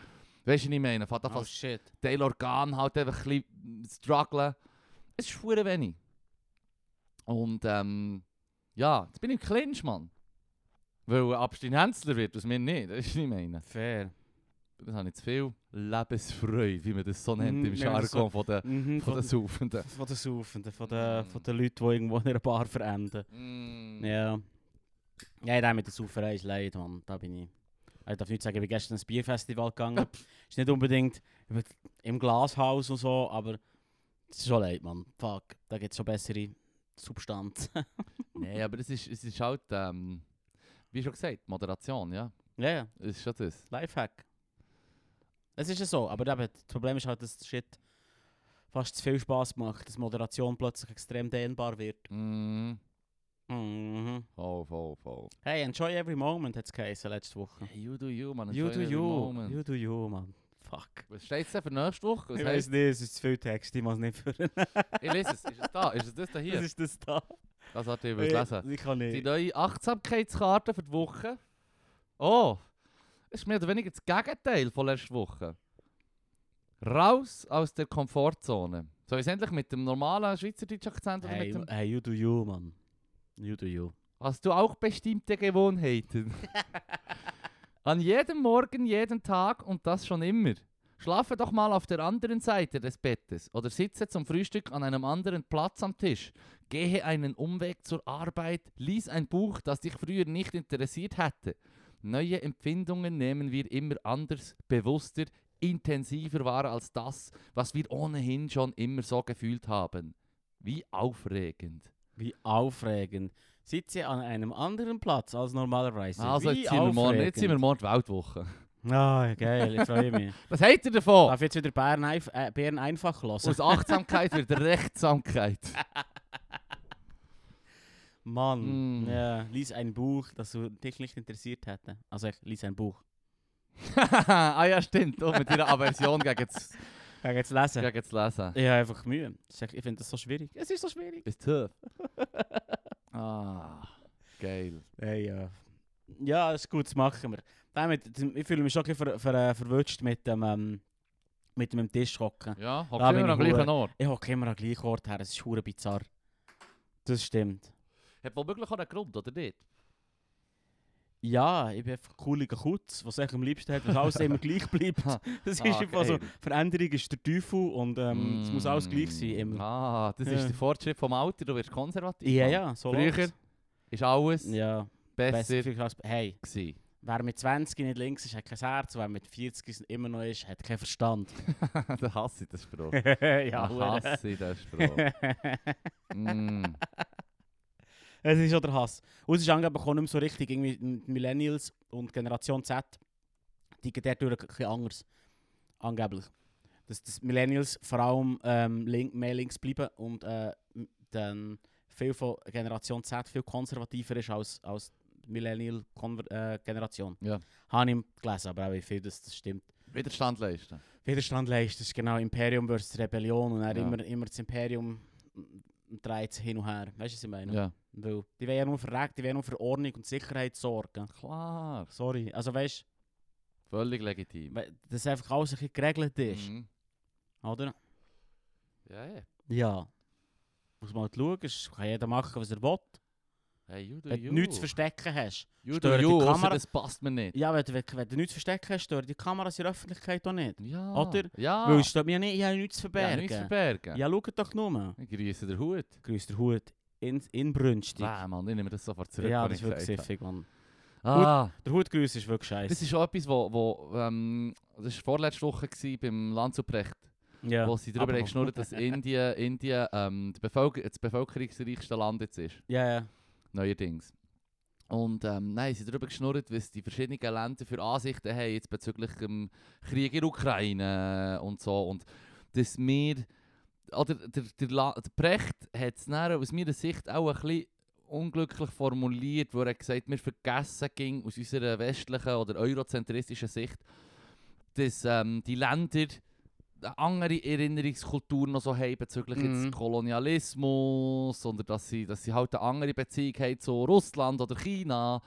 S2: weißt du, was ich meine, fährt an
S1: Oh
S2: fast
S1: shit.
S2: Teil Organ halt einfach ein bisschen strugglen. Es ist hure wenig. Und ähm, ja, jetzt bin ich im Clinch, Mann. Weil ein Abstinenzler wird aus mir nicht, das ist nicht meine.
S1: Fair.
S2: Das habe ich zu viel Lebensfreude, wie man das so nennt
S1: Mhm,
S2: im
S1: wenn man
S2: Jargon
S1: das so-
S2: von den,
S1: Mhm,
S2: von
S1: von,
S2: den
S1: von,
S2: Saufenden.
S1: von den Saufenden, von den,
S2: Mm.
S1: von den Leuten, die irgendwo in einer Bar verenden. Ja. Ja, der mit der Sauferei ist leid, Mann. Da bin ich. Also, Ich darf nicht sagen, ich bin gestern ins Bierfestival gegangen. ist nicht unbedingt über- im Glashaus und so, aber es ist schon leid, Mann. Fuck, da gibt es schon bessere Substanz.
S2: Nein, aber es ist, es ist halt, ähm, wie schon gesagt, Moderation, ja.
S1: Ja, ja,
S2: Es ist schon das.
S1: Lifehack. Es ist ja so, aber eben, das Problem ist halt, dass das Shit fast zu viel Spaß macht, dass Moderation plötzlich extrem dehnbar wird.
S2: Mhm.
S1: Mhm.
S2: Voll, voll, voll.
S1: Hey, enjoy every moment, hat es geheißen letzte Woche.
S2: You do you, man.
S1: You
S2: Enjoy
S1: do
S2: every
S1: you.
S2: moment.
S1: You do you, man. Fuck.
S2: Was steht es denn für nächste Woche? Was
S1: ich
S2: heisst,
S1: weiß nicht, es ist zu viel Text, ich muss nicht für.
S2: ich lese es. Ist es da? Ist es das da
S1: Was
S2: hier?
S1: ist das da?
S2: Das hat ich wollte lesen.
S1: Ich kann
S2: Die
S1: nicht.
S2: neue Achtsamkeitskarte für die Woche. Oh, das ist mehr oder weniger das Gegenteil von letzter Woche. Raus aus der Komfortzone. Soll ich es endlich mit dem normalen schweizerdeutschen Akzent oder
S1: Hey,
S2: mit dem...
S1: hey, you do you, man. You do you.
S2: Hast du auch bestimmte Gewohnheiten? An jedem Morgen, jeden Tag und das schon immer. Schlafe doch mal auf der anderen Seite des Bettes oder sitze zum Frühstück an einem anderen Platz am Tisch. Gehe einen Umweg zur Arbeit, lies ein Buch, das dich früher nicht interessiert hätte. Neue Empfindungen nehmen wir immer anders, bewusster, intensiver wahr als das, was wir ohnehin schon immer so gefühlt haben. Wie aufregend.
S1: Wie aufregend. Sitze an einem anderen Platz als normalerweise.
S2: Also,
S1: Wie
S2: jetzt sind, wir morgen, jetzt sind wir
S1: aufregend.
S2: morgen die Weltwoche.
S1: Ah, geil, ich freue mich.
S2: Was habt ihr davon?
S1: Darf ich jetzt wieder Bären, einf äh, Bären einfach hören?
S2: Oh. Aus Achtsamkeit wird Rechtsamkeit.
S1: Mann,
S2: Mm.
S1: ja, lies ein Buch, das du dich nicht interessiert hätte. Also ich lies ein Buch.
S2: ah ja, stimmt. Und mit ihrer Aversion gegen das,
S1: Kann ich jetzt lesen?
S2: gegen das Lesen.
S1: Ich habe einfach Mühe. Ich sag, Ich finde das so schwierig. Es ist so schwierig.
S2: Ist tough. Ah, geil.
S1: Hey, ja. Ja, ist gut, das machen wir. Damit, ich fühle mich schon ein bisschen ver, ver, äh, verwünscht mit dem, ähm, mit dem Tisch hocken.
S2: Ja, hocken
S1: Da bin
S2: wir am
S1: ich
S2: gleichen
S1: hure-
S2: Ort.
S1: Ich hocke immer an gleichen Ort her, es ist hure bizarr. Das stimmt.
S2: Hat wohl wirklich auch einen Grund, oder nicht?
S1: Ja, ich bin einfach ein cooler Kutz, was ich am liebsten hat, dass alles immer gleich bleibt. Das ist
S2: Ah,
S1: einfach so,
S2: geil.
S1: Veränderung ist der Teufel und ähm, es muss alles gleich sein. Immer.
S2: Mm. Ah, das ist
S1: Ja.
S2: der Fortschritt vom Alter. Du wirst konservativ.
S1: Ja,
S2: Mann.
S1: ja, so
S2: Früher
S1: läuft's.
S2: Ist alles
S1: Ja,
S2: besser
S1: besser. als- Hey,
S2: gewesen.
S1: wer mit 20 nicht links ist, hat kein Herz, wer mit 40 immer noch ist, hat keinen Verstand.
S2: da hasse ich den Spruch.
S1: ja,
S2: da
S1: hure.
S2: hasse ich den Spruch. mm.
S1: Es ist schon der Hass. Und es ist angeblich auch nicht mehr so richtig. Irgendwie die Millennials und Generation Z, die geht dadurch ein bisschen anders. Angeblich. dass, dass Millennials vor allem ähm, link, mehr links bleiben und äh, m- dann viel von Generation Z viel konservativer ist als, als die Millennial-Generation.
S2: Ja.
S1: Habe ich gelesen, aber auch wie viel das, das stimmt.
S2: Widerstand leisten.
S1: Widerstand leisten, das ist genau Imperium versus Rebellion und dann
S2: Ja.
S1: immer, immer das Imperium m- m- dreht sich hin und her. Weißt du, was ich meine?
S2: Ja.
S1: Weil die wollen ja nur für Recht, die wollen nur für Ordnung und Sicherheit sorgen.
S2: Klar.
S1: Sorry, also weißt
S2: Völlig legitim.
S1: du, dass einfach alles ein bisschen geregelt ist,
S2: Mhm.
S1: oder?
S2: Ja, ja.
S1: Ja. Muss man halt schauen, es kann jeder machen, was er will.
S2: Hey, you do
S1: Wenn
S2: you.
S1: du nichts zu verstecken hast.
S2: You do
S1: Stört die
S2: you, ausser
S1: Kamera-
S2: das passt mir nicht.
S1: Ja, wenn du, wenn du nichts zu verstecken hast, stören die Kameras in der Öffentlichkeit auch nicht.
S2: Ja.
S1: Oder?
S2: Ja.
S1: Weil es steht mir ja nicht, ich habe nichts
S2: Ah.
S1: zu
S2: ja,
S1: verbergen.
S2: nichts
S1: Ja,
S2: verbergen.
S1: schau doch nur.
S2: Ich grüße den Hut.
S1: Grüß der Hut in, inbrünstig.
S2: Wow, Mann, ich nehme das sofort zurück.
S1: ja,
S2: was
S1: das ist
S2: ich
S1: wirklich
S2: gesagt
S1: siffig, Mann.
S2: habe. Ah,
S1: Der Hutgrüß ist wirklich scheiße.
S2: das ist auch etwas, wo, wo ähm, das war vorletzte Woche gewesen, beim Lanzuprecht,
S1: Ja.
S2: wo sie darüber
S1: aber-
S2: haben geschnurrt, dass Indien, Indien ähm, das, Bevölker das bevölkerungsreichste Land jetzt ist.
S1: Ja, ja.
S2: neuerdings. Und ähm, nein, sie haben darüber geschnurrt, was die verschiedenen Länder für Ansichten haben jetzt bezüglich ähm, dem Krieg in der Ukraine und so. Und dass wir, oder der, der, La- der Precht hat es nachher aus meiner Sicht auch ein bisschen unglücklich formuliert, wo er gesagt hat, wir vergessen ging aus unserer westlichen oder eurozentristischen Sicht, dass ähm, die Länder eine andere Erinnerungskultur noch so haben bezüglich
S1: Mhm.
S2: jetzt Kolonialismus oder dass sie, dass sie halt eine andere Beziehung haben zu Russland oder China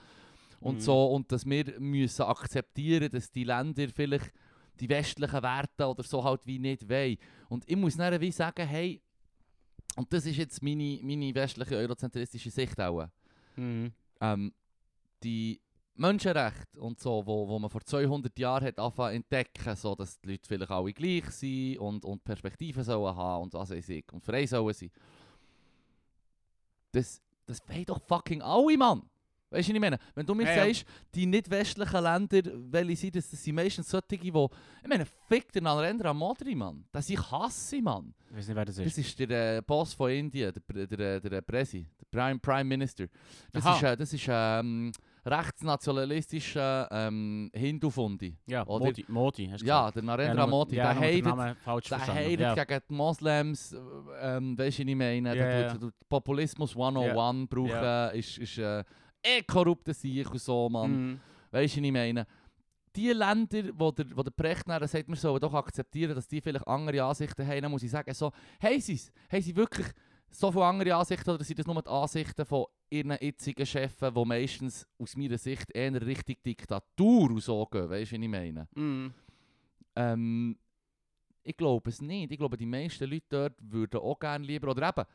S2: und
S1: Mhm.
S2: so und dass wir müssen akzeptieren, dass die Länder vielleicht die westlichen Werte oder so halt wie nicht wollen. Und ich muss dann wie sagen, hey, und das ist jetzt meine, meine westliche eurozentristische Sicht auch
S1: Mhm.
S2: ähm, die Menschenrechte und so, wo, wo man vor 200 Jahren hat angefangen zu entdecken, so, dass die Leute vielleicht alle gleich sind und, und Perspektiven sollen haben und was weiß ich, und frei sollen sein. Das, das wollen doch fucking alle, Mann! Weißt du, was ich meine? Wenn du mir
S1: Ja, ja.
S2: sagst, die nicht-westlichen Länder, welche sind das, das sind meistens solche, die... Ich meine, fick den Narendra Modri, Mann! Das ich hasse, Mann!
S1: Ich weiß nicht, wer das ist.
S2: Das ist der äh, Boss von Indien, der, Pr- der, äh, der, der Presi, der Prime, Prime Minister. Das
S1: Aha.
S2: ist, äh, das ist ähm, rechtsnationalistischer ähm, Hindu-Fundi.
S1: Ja,
S2: Oder-
S1: Modi, Modi, hast du
S2: Ja, der
S1: gesagt.
S2: Narendra
S1: nur-
S2: Modi,
S1: ja,
S2: der
S1: nur den
S2: heidet,
S1: Namen falsch
S2: der
S1: verstanden.
S2: heidet
S1: Ja.
S2: gegen die Moslems. äh, Ähm, weißt du, was ich meine?
S1: Ja,
S2: Der
S1: ja.
S2: tut- tut Populismus 101 brauchen, ist, ist äh, eh korrupter Sieg und so, Mann.
S1: Mhm.
S2: Weißt du, was ich meine? Die Länder, wo der, wo der Precht nachher sagt, wir sollen doch akzeptieren, dass die vielleicht andere Ansichten haben, dann muss ich sagen, so, haben sie es? Haben sie wirklich so viele andere Ansichten oder sind das nur die Ansichten von ihren jetzigen Chefen, die meistens aus meiner Sicht eher richtig Diktatur und so gehen? Weißt du, was ich meine?
S1: Mhm.
S2: Ähm, ich glaube es nicht. Ich glaube, die meisten Leute dort würden auch gerne lieber, oder eben,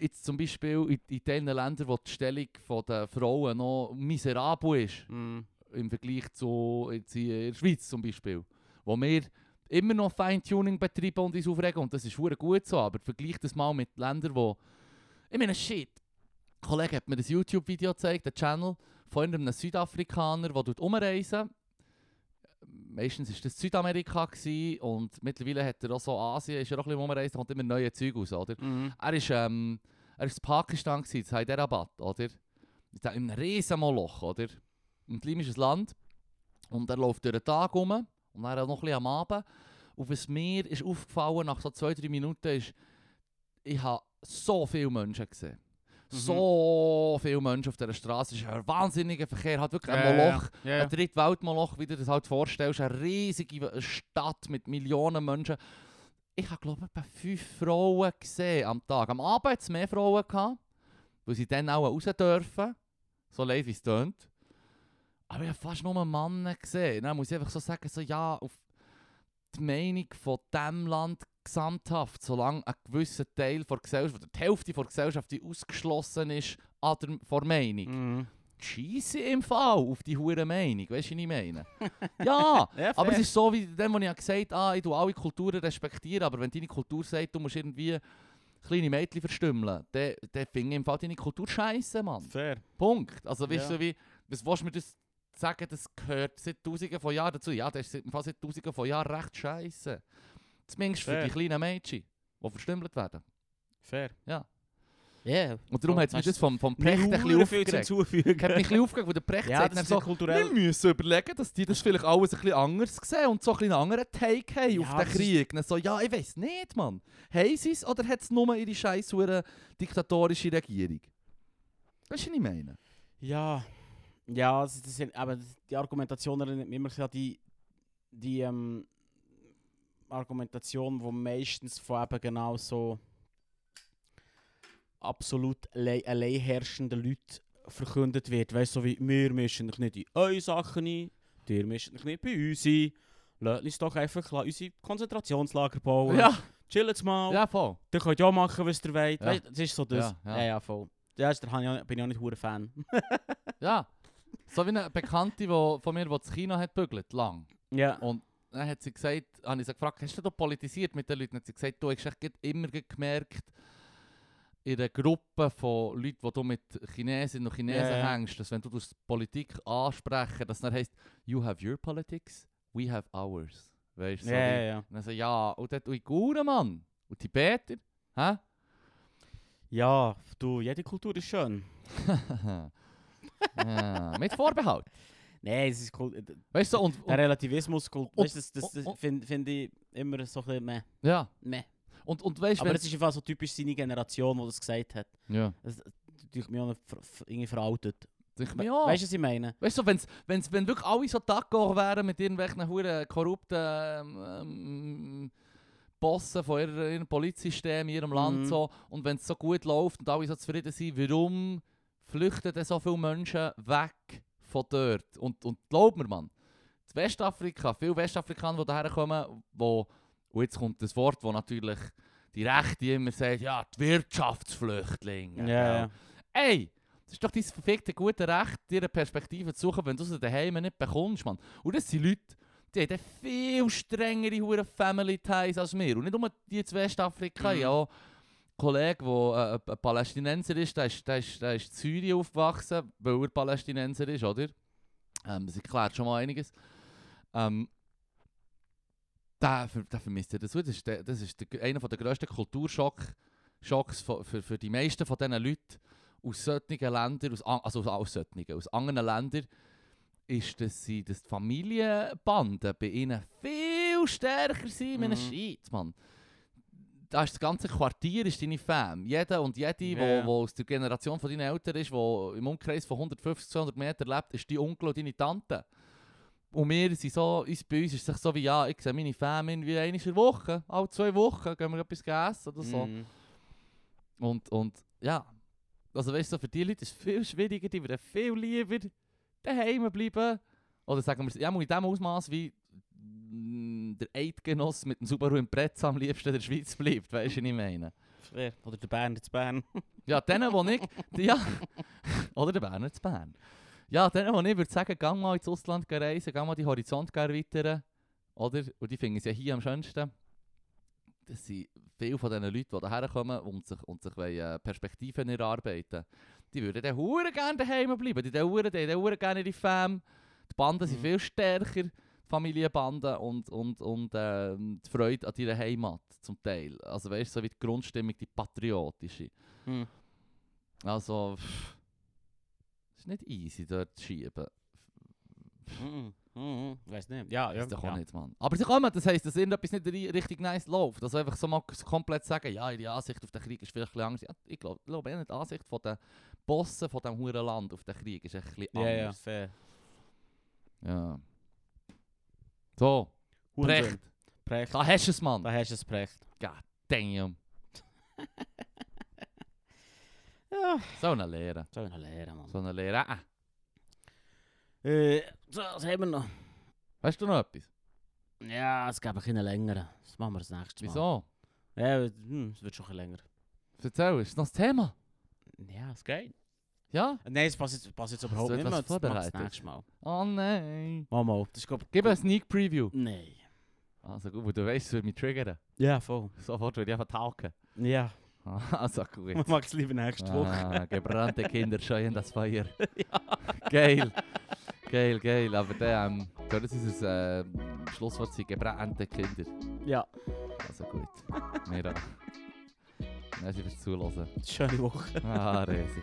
S2: jetzt zum Beispiel in, in den Ländern, wo die Stellung von der Frauen noch miserabel ist,
S1: Mhm.
S2: im Vergleich zu jetzt hier in der Schweiz zum Beispiel, wo wir immer noch Feintuning betreiben und uns aufregen und das ist hure gut so, aber vergleich das mal mit Ländern, wo... Ich meine, shit, ein Kollege hat mir das YouTube-Video gezeigt, der Channel, von einem Südafrikaner, der dort umreisen. Meistens war das Südamerika gewesen und mittlerweile hat er auch so Asien, ist er auch ein bisschen umreisen, da kommt immer neue Zeug raus, oder?
S1: Mhm.
S2: Er ist, ähm, er ist in Pakistan, gewesen, in Hyderabad, oder? In einem riesen Moloch, oder? Und Lim ist ein Land. Und er läuft durch den Tag rum und dann auch noch ein bisschen am Abend. Auf das Meer ist aufgefallen, nach so zwei, drei Minuten, ist, ich habe so viele Menschen gesehen.
S1: Mhm.
S2: So viele Menschen auf dieser Straße. Es ist ein wahnsinniger Verkehr, hat wirklich ein
S1: Ja, ja, ja.
S2: Moloch.
S1: Ja, ja.
S2: Ein Drittweltmoloch, wie du dir das halt vorstellst, eine riesige Stadt mit Millionen Menschen. Ich habe, glaube ich, etwa fünf Frauen gesehen am Tag. Am Abend hatte es mehr Frauen, gehabt, weil sie dann auch raus dürfen. So leid, wie es tönt. Aber ich habe fast nur Männer gesehen. Dann muss ich einfach so sagen, so, ja, auf die Meinung von diesem Land gesamthaft, solange ein gewisser Teil der Gesellschaft, oder die Hälfte der Gesellschaft, die ausgeschlossen ist, an der, von der Meinung.
S1: Mhm.
S2: Scheisse im Fall auf die hure Meinung, weißt du, was ich meine? ja,
S1: Ja,
S2: aber es
S1: fair.
S2: ist so wie dem, wo ich ja gesagt habe, ah, ich tue alle Kulturen respektieren, aber wenn deine Kultur sagt, du musst irgendwie kleine Mädchen verstümmeln, dann, dann finde ich im Fall deine Kultur scheiße, Mann.
S1: fair.
S2: Punkt. Also, weißt
S1: Ja.
S2: du, wie, was willst du mir das sagen, das gehört seit Tausenden von Jahren dazu? Ja, das ist seit- im Fall seit Tausenden von Jahren recht scheiße. Zumindest für
S1: Fair.
S2: die kleinen Mädchen, die verstümmelt werden.
S1: Fair.
S3: Yeah.
S2: Und darum
S3: Oh,
S2: hat es mich
S3: hast
S2: das vom, vom
S1: Mir
S2: Precht ein bisschen
S1: hure viel zum
S2: aufgeregt. Ich habe mich ein
S1: Zufügen.
S2: bisschen aufgeregt, weil der Precht
S1: Ja,
S2: sagt
S1: das
S2: dann
S1: ist ja
S2: so, wir
S1: kulturell.
S2: müssen überlegen, dass die das vielleicht alles ein bisschen anders sehen und so ein bisschen einen anderen Take haben
S1: Ja,
S2: auf den
S1: das ist-
S2: Krieg. Dann so, ja, ich weiß nicht, Mann. Haben sie es oder hat es nur ihre scheiß hure diktatorische Regierung? Weißt du, was ich meine?
S1: Ja, ja, das, das sind, aber die Argumentation erinnert mich immer so an die, die ähm, Argumentation, die meistens von eben genau so absolut allein, allein herrschenden Leuten verkündet wird. Weißt du, so wie wir mischen dich nicht in eure Sachen ein, ihr mischen dich nicht bei uns ein. Lasst uns doch einfach la- unsere Konzentrationslager bauen. Chillt jetzt mal.
S2: ja, voll.
S1: Ihr könnt ja machen, was ihr wollt.
S2: Ja.
S1: Weißt, das ist so das.
S2: Ja, ja.
S1: dus. Ja, ja, voll. Ja, ist- da han ich auch- bin ich auch nicht hure Fan.
S2: Ja. So wie eine Bekannte wo, von mir, die das Kino hat bügelt, lang.
S1: Ja.
S2: Und dann hat sie gesagt, habe ich sie gefragt, hast du da politisiert mit den Leuten? Dann hat sie gesagt, du hast echt immer gleich gemerkt, in einer Gruppe von Leuten, die du mit Chinesinnen und Chinesen
S1: Ja, ja.
S2: hängst, dass wenn du das Politik ansprechen, dass dann heisst, you have your politics, we have ours. Weißt du? so
S1: Ja,
S2: wie-
S1: ja, ja.
S2: Und dann so, ja, und dort Uiguren, Mann. Und Tibeter. Hä?
S1: Ja, du, jede Kultur ist schön.
S2: ja, mit Vorbehalt.
S1: Nein, es ist cool. d-
S2: Weißt du, so, und,
S1: Der
S2: und,
S1: Relativismus, cool.
S2: Und-
S1: weißt, das, das, das
S2: und-
S1: finde find ich immer so ein bisschen meh.
S2: ja.
S1: meh.
S2: Und, und weißt
S1: Aber
S2: wenn-
S1: das ist einfach so typisch seine Generation, die das gesagt hat.
S2: Ja.
S1: Das tue ich mir auch noch ver- ver- irgendwie veraltet.
S2: Ich
S1: We
S2: mir auch.
S1: Weißt du, was ich meine?
S2: Weißt du, wenn's, wenn's, wenn wirklich alle so d'accord wären mit irgendwelchen huren korrupten ähm, ähm, Bossen von ihrer, ihrem Polizsystem, in ihrem Land
S1: Mhm.
S2: so, und wenn es so gut läuft und alle so zufrieden sind, warum flüchten denn so viele Menschen weg von dort? Und, und glaub mir, Mann, in Westafrika, viele Westafrikaner, die daher kommen, wo, und jetzt kommt das Wort, wo natürlich die Rechte immer sagt, ja, die Wirtschaftsflüchtlinge. gell? Ey, das ist doch dein verfickte gute Recht, dir eine Perspektive zu suchen, wenn du sie daheim nicht bekommst, Mann. Und das sind Leute, die haben dann viel strengere hure Family Ties als wir. Und nicht nur die in Westafrika.
S1: Mhm.
S2: Ja, auch einen Kollegen, der äh, ein Palästinenser ist, der ist, der, ist, der ist in Syrien aufgewachsen, weil er Palästinenser ist, oder? Ähm, das erklärt schon mal einiges. Ähm, der, ver- der vermisst ja das. Das ist, der, das ist der, einer der grössten Kulturschocks für, für, für die meisten von diesen Leuten aus solchen Ländern, aus, an- also aus, aus, solchen, aus anderen Ländern, ist, dass, sie, dass die Familienbanden bei ihnen viel stärker sind mhm. in
S1: Mhm.
S2: Schweiz, Mann. Da ist das ganze Quartier ist deine Fam. Jeder und jede, die
S1: Ja, ja.
S2: wo aus der Generation von deinen Eltern ist, die im Umkreis von 150, 200 Metern lebt, ist dein Onkel und deine Tante. Und wir sind so, uns, bei uns ist es so wie, ja, ich sehe meine Familie wie einmal in der Woche, alle zwei Wochen gehen wir etwas essen oder so.
S1: Mhm.
S2: Und, und ja, also weißt du, für die Leute ist es viel schwieriger, die würden viel lieber daheim bleiben. Oder sagen wir es, ja, mal in dem Ausmaß wie mm, der Eidgenoss mit dem Subaru Impreza am liebsten in der Schweiz bleibt, weißt du, was ich meine?
S1: Fair. Oder der Bern, der zu Bern.
S2: Ja, denen, wo ich, die, ja, oder der Berner zu Bern. Ja, denen, wo ich würde sagen, geh mal ins Ausland geh reisen, geh mal die Horizont geh erweitern, oder? Und die finden es ja hier am schönsten. Das sind viele von diesen Leuten, die hierher kommen und sich, und sich wollen, äh, Perspektiven erarbeiten Die würden dann hure gerne daheim bleiben, die würden dann, die dann hure gerne ihre Fam. Die Banden sind
S1: Mhm.
S2: viel stärker, die Familienbanden und, und, und ähm, die Freude an ihrer Heimat zum Teil. Also weißt du, so wie die Grundstimmung, die patriotische.
S1: Hm.
S2: Also, pff, ist nicht easy dort zu schieben.
S1: Mhm. Mhm. Weiß nicht. Ja, ja.
S2: ist doch auch
S1: ja.
S2: nicht, Mann. Aber sie kommen, das heisst, dass irgendetwas nicht ri- richtig nice läuft. Also einfach so mal s- komplett sagen, ja, ihre Ansicht auf den Krieg ist vielleicht ein bisschen anders. Ja, ich glaube, glaub, eher nicht, die Ansicht von den Bossen von diesem huren Land auf den Krieg ist ein bisschen
S1: Ja, ja.
S2: anders.
S1: Fair.
S2: Ja, So,
S1: Hurensohn.
S2: Brecht,
S1: Precht.
S2: da hast du es, Mann.
S1: Da hast du es, Precht.
S2: Damn.
S1: Ja.
S2: So eine Lehre.
S1: So eine Lehre, Mann.
S2: So eine Lehre. Ah,
S1: Äh, so, was haben wir noch?
S2: weißt du noch etwas?
S1: Ja, es gab ein bisschen längeren. Das machen wir das nächste Mal.
S2: Wieso?
S1: Ja, hm, es wird schon ein bisschen länger.
S2: Erzähl, ist das noch das Thema?
S1: Ja, es geht.
S2: Ja?
S1: Nein, es passt jetzt, passt jetzt überhaupt
S2: du
S1: nicht mehr.
S2: etwas
S1: Das macht das
S2: vorbereitet?
S1: nächste Mal.
S2: Oh nein.
S1: Mal, mal. Das ist glaub,
S2: Gib ein Sneak Preview.
S1: Nein.
S2: Also gut, weil du weißt, es würde mich triggern.
S1: Ja, voll.
S2: Sofort würde ich einfach tauchen.
S1: Ja,
S2: Also gut.
S1: man mag es lieber nächste Woche.
S2: Ah, gebrannte Kinder scheuen das Feuer. Geil. Geil, geil. Aber der, ähm, soll das unser ähm, Also Schlusswort sein. Gebrannte Kinder.
S1: Ja.
S2: Also gut. Mira.
S1: Merci fürs Zuhören.
S2: Schöne Woche.
S1: Ah, Resi.